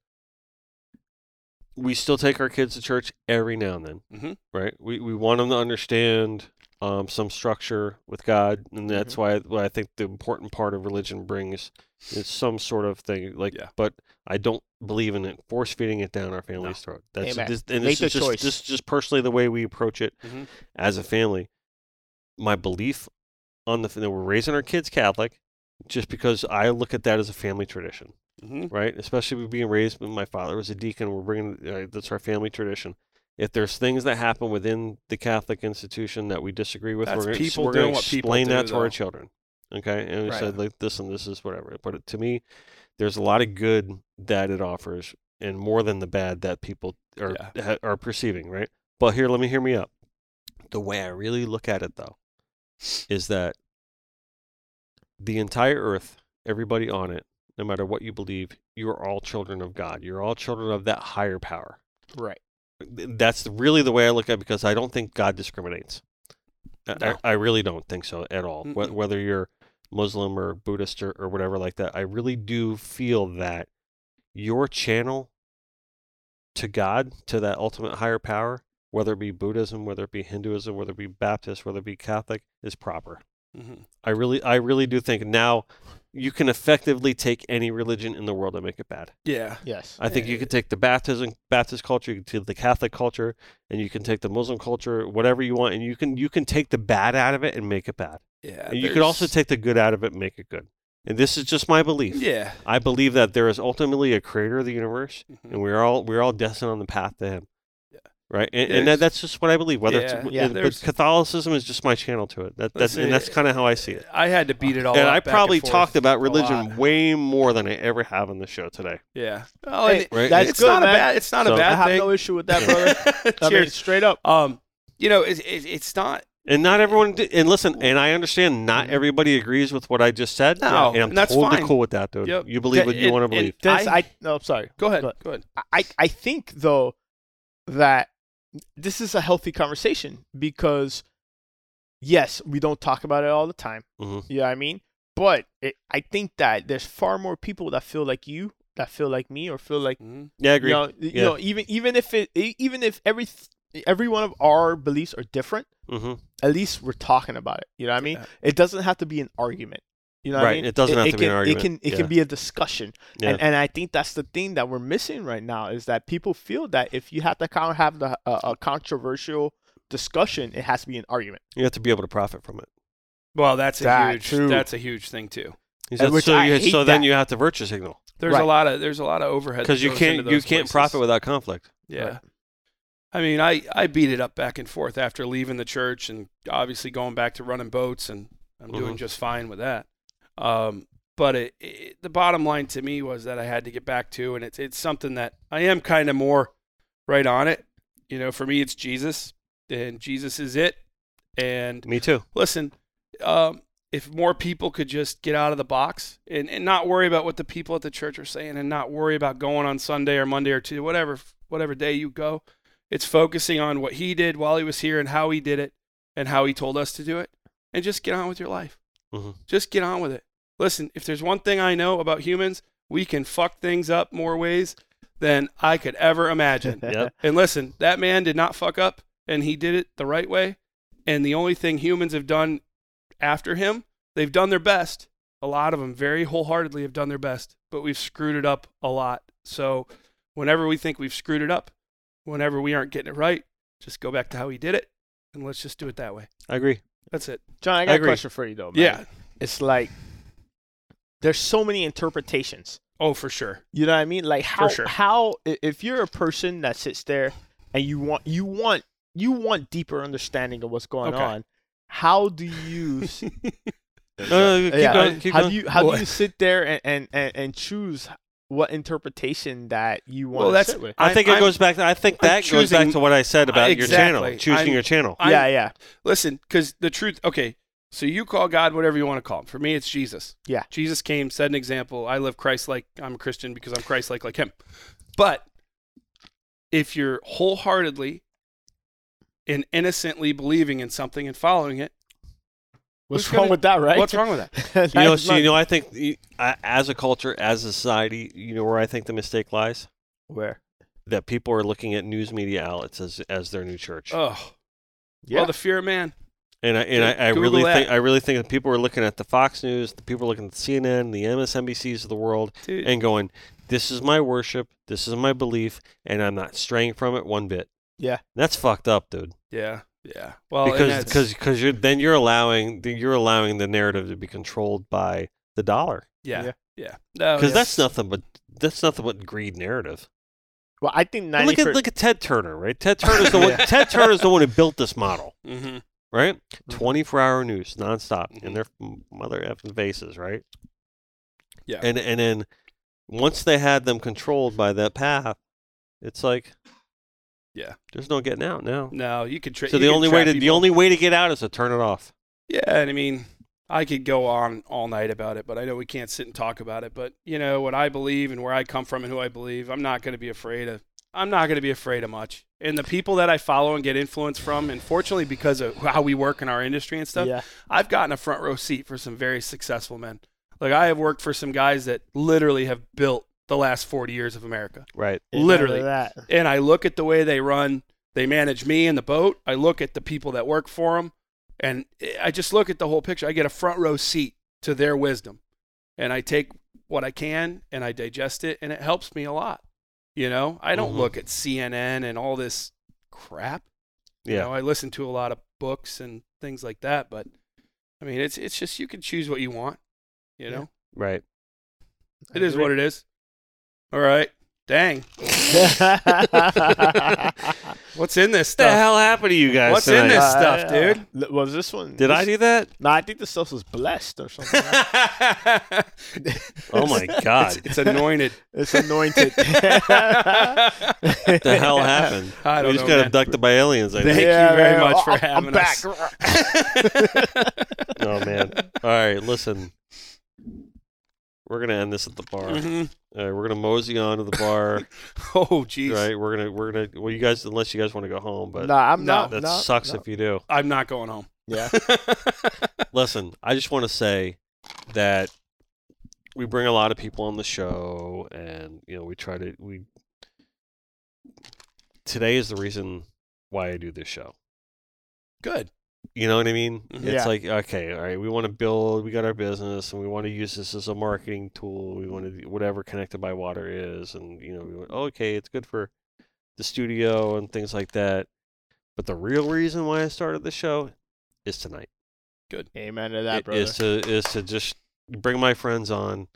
we still take our kids to church every now and then, Mhm. right? We we want them to understand um, some structure with God, and that's why Mm-hmm. what I think the important part of religion brings is some sort of thing like. Yeah. But I don't believe in it force feeding it down our family's throat. That's Amen. this, and Make this is the just choice. Mm-hmm. this is just personally the way we approach it Mhm. as a family. My belief on the that we're raising our kids Catholic, just because I look at that as a family tradition mhm. right? Especially with being raised when my father was a deacon. We're bringing uh, that's our family tradition. If there's things that happen within the Catholic institution that we disagree with, That's we're going people to doing what people explain that do, to our though. children. Okay, and we Right. said like this and this is whatever. But it- to me, there's a lot of good that it offers, and more than the bad that people are ha- are perceiving, right? But here, let me hear me up. The way I really look at it, though, is that the entire earth, everybody on it, no matter what you believe, you're all children of God. You're all children of that higher power. Right. Th- That's really the way I look at it because I don't think God discriminates. I- No. I, I really don't think so at all. Wh- Mm-mm. Whether you're Muslim or Buddhist or, or whatever like that, I really do feel that your channel to God, to that ultimate higher power, whether it be Buddhism, whether it be Hinduism, whether it be Baptist, whether it be Catholic, is proper. Mhm. I really, I really do think now you can effectively take any religion in the world and make it bad. Yeah. Yes. I think you Yeah. could take the baptism, Baptist culture, you can take the Catholic culture, and you can take the Muslim culture, whatever you want, and you can you can take the bad out of it and make it bad. Yeah. and you could also there's- take the good out of it and make it good. And this is just my belief. Yeah. I believe that there is ultimately a creator of the universe, Mhm. and we're all we're all destined on the path to him. Yeah. Right, and, and There's- that, that's just what I believe. Whether Yeah, it's, yeah, and- but there's- Catholicism is just my channel to it. That, that's Listen, and that's kind of how I see it I had to beat it all. and up I back probably forth talked about a religion lot. way more than I ever have on the show today. Yeah. Well, Hey, and it- Right? That's it's good, not man. a bad. It's not So- a I bad have thing. no issue with that, brother. I mean, Cheers. straight up. um, you know, it's it, it's not. and not everyone. Did, and listen, and I understand not everybody agrees with what I just said. Mm-hmm. No, and I'm and that's totally fine. cool with that, dude. Yep. You believe what you And- want to and- believe. This, I- I, no, I'm sorry. Go ahead. Go- Go ahead. I, I think though that this is a healthy conversation because yes, we don't talk about it all the time. Mhm. You know what I mean? But it, I think that there's far more people that feel like you, that feel like me, or feel like Mhm. Yeah, I agree. you know, you Yeah. know, even even if it, e- even if every every one of our beliefs are different, hmm at least we're talking about it. You know what I mean? Yeah. It doesn't have to be an argument. You know what I Right, mean? it doesn't have it to be an can- argument. It can it Yeah. can be a discussion, Yeah. and and I think that's the thing that we're missing right now is that people feel that if you have to kind of have the, a, a controversial discussion, it has to be an argument. You have to be able to profit from it. Well, that's a That huge. too. That's a huge thing too. Is And that- which so I you, hate so then that. you have to virtue signal There's Right. a lot of there's a lot of overhead that because you goes can't into you those can't places. profit without conflict. Yeah. Right. I mean, I, I beat it up back and forth after leaving the church and obviously going back to running boats, and I'm doing Mhm. just fine with that. Um, but it, it, the bottom line to me was that I had to get back to, and it's it's something that I am kind of more right on it. You know, for me, it's Jesus, and Jesus is it. And Me too. listen, um, if more people could just get out of the box and, and not worry about what the people at the church are saying and not worry about going on Sunday or Monday or Tuesday, whatever, whatever day you go, it's focusing on what he did while he was here and how he did it and how he told us to do it and just get on with your life. Mhm. Just get on with it. Listen, if there's one thing I know about humans, we can fuck things up more ways than I could ever imagine. Yep. And listen, that man did not fuck up, and he did it the right way. And the only thing humans have done after him, they've done their best. A lot of them very wholeheartedly have done their best, but we've screwed it up a lot. So whenever we think we've screwed it up, whenever we aren't getting it right, just go back to how he did it, and let's just do it that way. I agree. That's it. John, I got a agree. question for you though. Oh, Man. Yeah. it's like there's so many interpretations. Oh, for sure. You know what I mean? Like how sure. how i- if you're a person that sits there and you want you want you want deeper understanding of what's going Okay. on, how do you s- No, no, no, keep yeah, going. Keep how going. do you how Well- do you sit there and, and, and, and choose what interpretation that you want Well, to that's- sit with? I I'm- think it I'm- goes back. To, I think I'm that goes back choosing- to what I said about your channel, Exactly. choosing I'm- your channel. I'm- yeah, yeah. Listen, because the truth, okay, so you call God whatever you want to call him. For me, it's Jesus. Yeah. Jesus came, set an example. I live Christ like. I'm a Christian because I'm Christ like, like him. But if you're wholeheartedly and innocently believing in something and following it, What's who's wrong gonna- with that, right? what's wrong with that? That's You know, so, not- you know, I think you- I- as a culture, as a society, you know where I think the mistake lies where? that people are looking at news media outlets as as their new church. Oh, Yeah. well, the fear of man. And I and I, I Google really that. think I really think that people are looking at the Fox News, the people are looking at the CNN, the MSNBCs of the world, Dude, and going, "This is my worship, this is my belief, and I'm not straying from it one bit." Yeah. that's fucked up, dude. yeah, yeah. Well, and Because that's- because because you're then you're allowing the, you're allowing the narrative to be controlled by the dollar yeah, Yeah. Oh, yeah, No, because it's- that's nothing but that's nothing but greed narrative. Well, I think And ninety Look at per- look at Ted Turner, right? Ted Turner's the one. Ted Turner's the one who built this model, Mhm. right? Twenty four hour news, nonstop, in Mhm. their f- mother effing faces, right? Yeah. And and then once they had them controlled by that path, it's like, Yeah. there's no getting out now. No, you could. Tra- So you the could only way trap to the people. only way to get out is to turn it off. Yeah, and I mean, I could go on all night about it, but I know we can't sit and talk about it. But you know what I believe and where I come from and who I believe, I'm not going to be afraid of. I'm not going to be afraid of much. And the people that I follow and get influence from, and fortunately because of how we work in our industry and stuff, yeah. I've gotten a front row seat for some very successful men. Like I have worked for some guys that literally have built the last 40 years of America. Right. Literally. that. And I look at the way they run, they manage me and the boat. I look at the people that work for them, and I just look at the whole picture. I get a front row seat to their wisdom, and I take what I can and I digest it, and it helps me a lot. You know, I don't Mhm. look at CNN and all this crap. You Yeah. know, I listen to a lot of books and things like that, but I mean, it's it's just you can choose what you want. You know, Right. it is what it is. All right, dang, what's in What this the stuff? hell happened to you guys? What's tonight? in this stuff, dude? L- Was uh, this one? Did I this- do that? No, I think the sauce was blessed or something. Oh my god. It's anointed. It's anointed. I the hell happened? I don't we just know, got man. abducted by aliens. I think. Thank you very much for I'm having back. us. oh man. All right, listen. We're gonna end this at the bar. Mhm. All right, we're gonna mosey on to the bar. Oh jeez. right, we're gonna we're gonna. Well, you guys, unless you guys want to go home, but Nah, I'm No, not. that no, sucks no. if you do. I'm not going home. Yeah. Listen, I just want to say that we bring a lot of people on the show, and you know, we try to we. Today is the reason why I do this show. Good. You know what I mean? Mhm. It's Yeah. like okay, all right, we want to build, we got our business, and we want to use this as a marketing tool. We want to whatever connected by water is, and you know, we went, okay, it's good for the studio and things like that. But the real reason why I started the show is tonight Amen to that, i- brother. is to is to just bring my friends on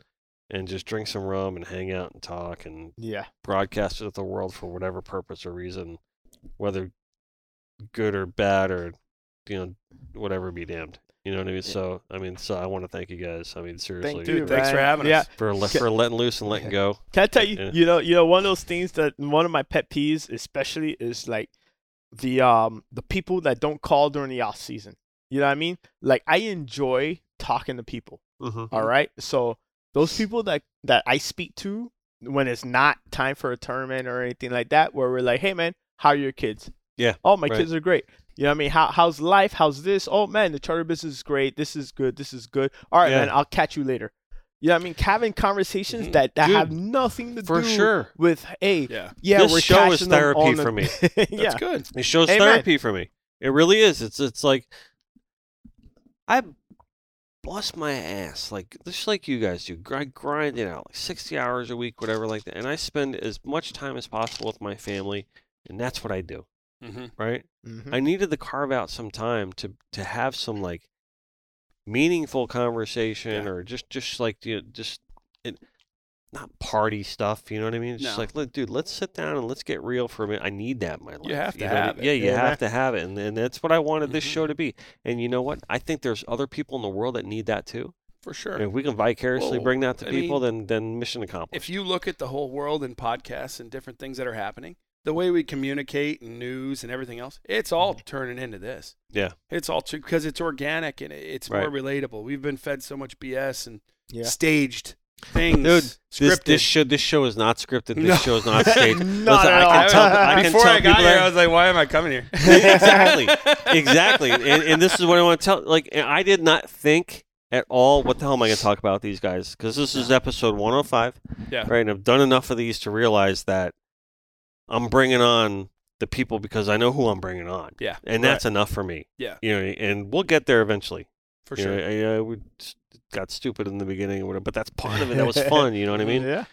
and just drink some rum and hang out and talk and Yeah. broadcast it to the world for whatever purpose or reason, whether good or bad or you know whatever be damned. You know what I mean? So I mean, so I want to thank you guys. I mean, seriously, Thank Dude, you. thanks for Ryan. having us. Yeah. for le- for letting loose and letting go. Can I tell you? Yeah. You know, you know, one of those things that one of my pet peeves, especially, is like the um the people that don't call during the off season. You know what I mean? Like I enjoy talking to people. Mm-hmm. All right, so those people that that I speak to when it's not time for a tournament or anything like that, where we're like, hey man, how are your kids? Yeah, Oh, my right. kids are great. You know what I mean? How how's life? How's this? Oh man, the charter business is great. This is good. This is good. All right, Yeah. Mm-hmm. man, I'll catch you later. You know what I mean? Having conversations Mhm. that, that Dude, have nothing to For do sure, with hey, Yeah. yeah, This we're show is catching them therapy on the- for me. yeah, That's good. It shows Amen. therapy for me. It really is. It's it's like I bust my ass like just like you guys do. I grind it out like sixty hours a week, whatever like that. And I spend as much time as possible with my family, and that's what I do. Mm-hmm. Right? Mhm. I needed to carve out some time to to have some like meaningful conversation Yeah. or just just like you know, just it, not party stuff. You know what I mean? It's just No. like, look, dude, let's sit down and let's get real for a minute. I need that in my life. have to know what I have mean? it. Yeah, you Yeah. have to have it, and, and that's what I wanted this Mhm. show to be. And you know what? I think there's other people in the world that need that too. For sure. And if we can vicariously Whoa. bring that to I people, then then mission accomplished. if you look at the whole world and podcasts and different things that are happening, the way we communicate and news and everything else, it's all turning into this. Mm-hmm. Yeah. It's all true because it's organic and it- it's more relatable. We've been fed so much BS and Yeah. staged things. Dude, This, scripted. this show this show is not scripted. This No. show is not staged. Not Listen, at I all. can tell. I can Before tell I got people here, that- I was like, why am I coming here? Exactly. exactly. And, and this is what I want to tell. Like, and I did not think at all. What the hell am I going to talk about these guys? Because this is episode 105, Yeah. right? And I've done enough of these to realize that I'm bringing on the people because I know who I'm bringing on, Yeah. and that's enough for me. Yeah. You know, and we'll get there eventually. for You sure. know, I, I we s- got stupid in the beginning, or whatever, but that's part of it. That was fun. You know what I mean? Yeah.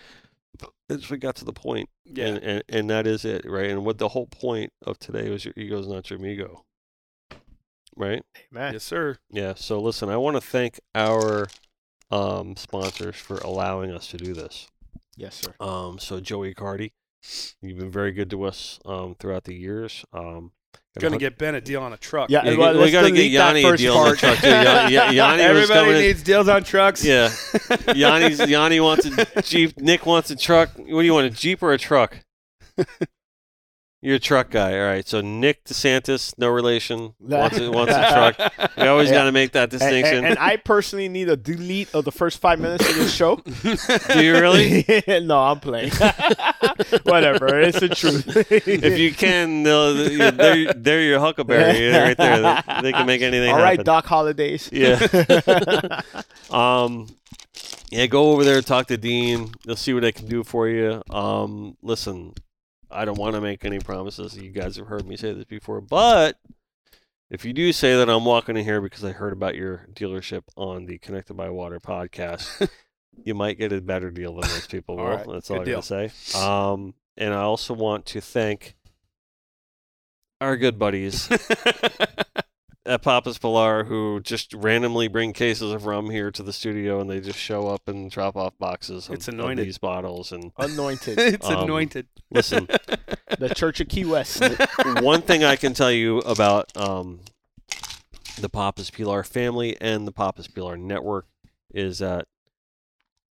As we got to the point Yeah. and, and and that is it, right? And what the whole point of today was your ego's not your amigo, right? Man. yes, sir. Yeah. So listen, I want to thank our um, sponsors for allowing us to do this. Yes, sir. Um, so Joey Cardi, you've been very good to us um, throughout the years. Um, and Gonna hope- get Ben a deal on a truck. Yeah, Yeah, well, we let's gotta get delete that Yanni a first deal on the part. truck, too. Yanni- Yanni- Yanni was Everybody coming in- needs deals on trucks. Yeah, Yanni's Yanni wants a Jeep. Nick wants a truck. What do you want, a Jeep or a truck? You're a truck guy, all right. So Nick DeSantis, no relation, wants a, wants a truck. We always Yeah. got to make that And, distinction. and, and I personally need a delete of the first five minutes of this show. Do you really? no, I'm playing. Whatever, it's the truth. if you can, they'll- they're, they're, your huckleberry right there. They, they can make anything All happen. right, Doc Holidays. Yeah. um, yeah, go over there, talk to Dean. They'll see what they can do for you. Um, listen, I don't want to make any promises. You guys have heard me say this before, but if you do say that I'm walking in here because I heard about your dealership on the Connected by Water podcast, you might get a better deal than most people will. All right, That's all good I'm gonna say. Um, and I also want to thank our good buddies at Papa's Pilar who just randomly bring cases of rum here to the studio and they just show up and drop off boxes of, It's of anointed. these bottles. And Anointed. it's Um, anointed. listen, The Church of Key West. one thing I can tell you about um, the Papa's Pilar family and the Papa's Pilar network is that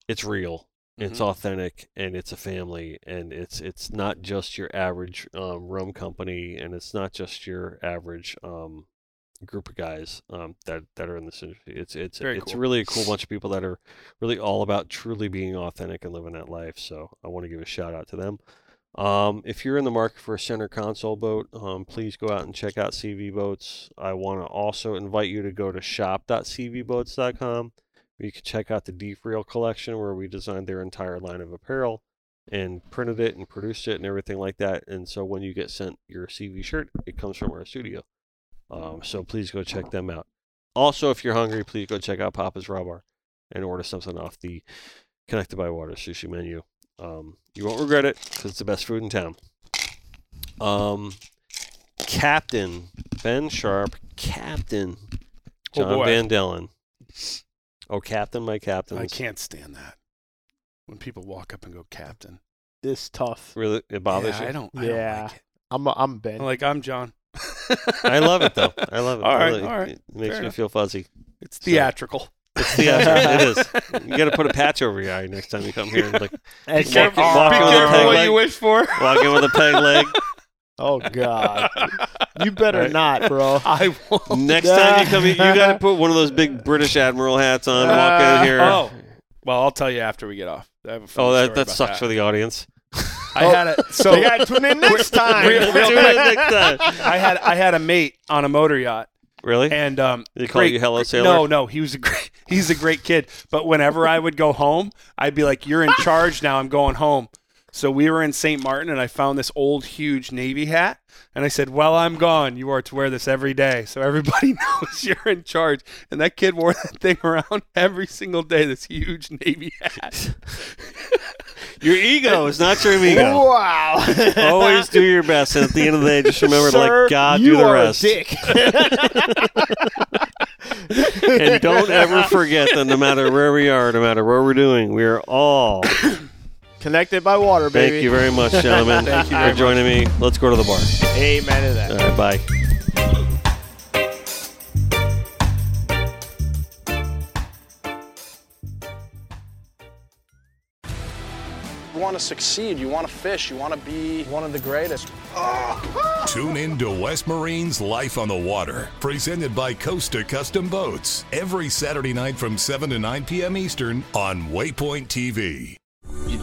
it's real. It's Mhm. authentic and it's a family and it's it's not just your average um, rum company and it's not just your average um, group of guys um, that that are in this industry. It's it's Very it's cool. really a cool bunch of people that are really all about truly being authentic and living that life. So I want to give a shout out to them. Um, if you're in the market for a center console boat, um, please go out and check out CV Boats. I want to also invite you to go to shop.cvboats.com where you can check out the Deep Reel collection where we designed their entire line of apparel and printed it and produced it and everything like that. And so when you get sent your CV shirt, it comes from our studio. Um, so please go check them out. Also, if you're hungry, please go check out Papa's Raw Bar and order something off the Connected by Water sushi menu. Um, you won't regret it because it's the best food in town. Um, Captain Ben Sharp, Captain Oh, John boy. Van Dellen. Oh, Captain, my Captain. I can't stand that when people walk up and go captain. This tough. Really, it bothers yeah, I you. don't. I Yeah. yeah, don't like it. I'm I'm Ben. I'm like I'm John. I love it though. I love it. All I right, love it. all right. It makes Fair me enough. feel fuzzy. It's theatrical. It's the answer. it is. You got to put a patch over your eye next time you come here. and, Like And Be walk- careful- walk be on the careful peg what leg. you wish for. walk in with a peg leg. Oh God, you better not, bro. I won't. Next time you come here, you got to put one of those big British admiral hats on. Walk in here. Uh, Oh. Well, I'll tell you after we get off. I have a funny Oh, that, story that about sucks for the audience. I had a so you Oh, gotta tune in next time. Real- real Do quick. it next time. I had I had a mate on a motor yacht, Really? and um, They call great- you Hello Sailor? No, no, he was a great, he's a great kid. But whenever I would go home, I'd be like, "You're in charge now. I'm going home." So we were in St. Martin, and I found this old, huge navy hat, and I said, "Well, I'm gone. You are to wear this every day, so everybody knows you're in charge." And that kid wore that thing around every single day. This huge navy hat. Your ego is not your ego. Wow. Always do your best. And at the end of the day, just remember, to Sir, like God, you do the are rest, A dick. and don't ever forget that no matter where we are, no matter what we're doing, we are all. Connected by water, baby. Thank you very much, gentlemen, Thank you for very joining me. Let's go to the bar. Amen to that. All right, bye. You want to succeed. You want to fish. You want to be one of the greatest. Tune in to West Marine's Life on the Water, presented by Costa Custom Boats, every Saturday night from 7 to 9 p.m. Eastern on Waypoint TV. You'd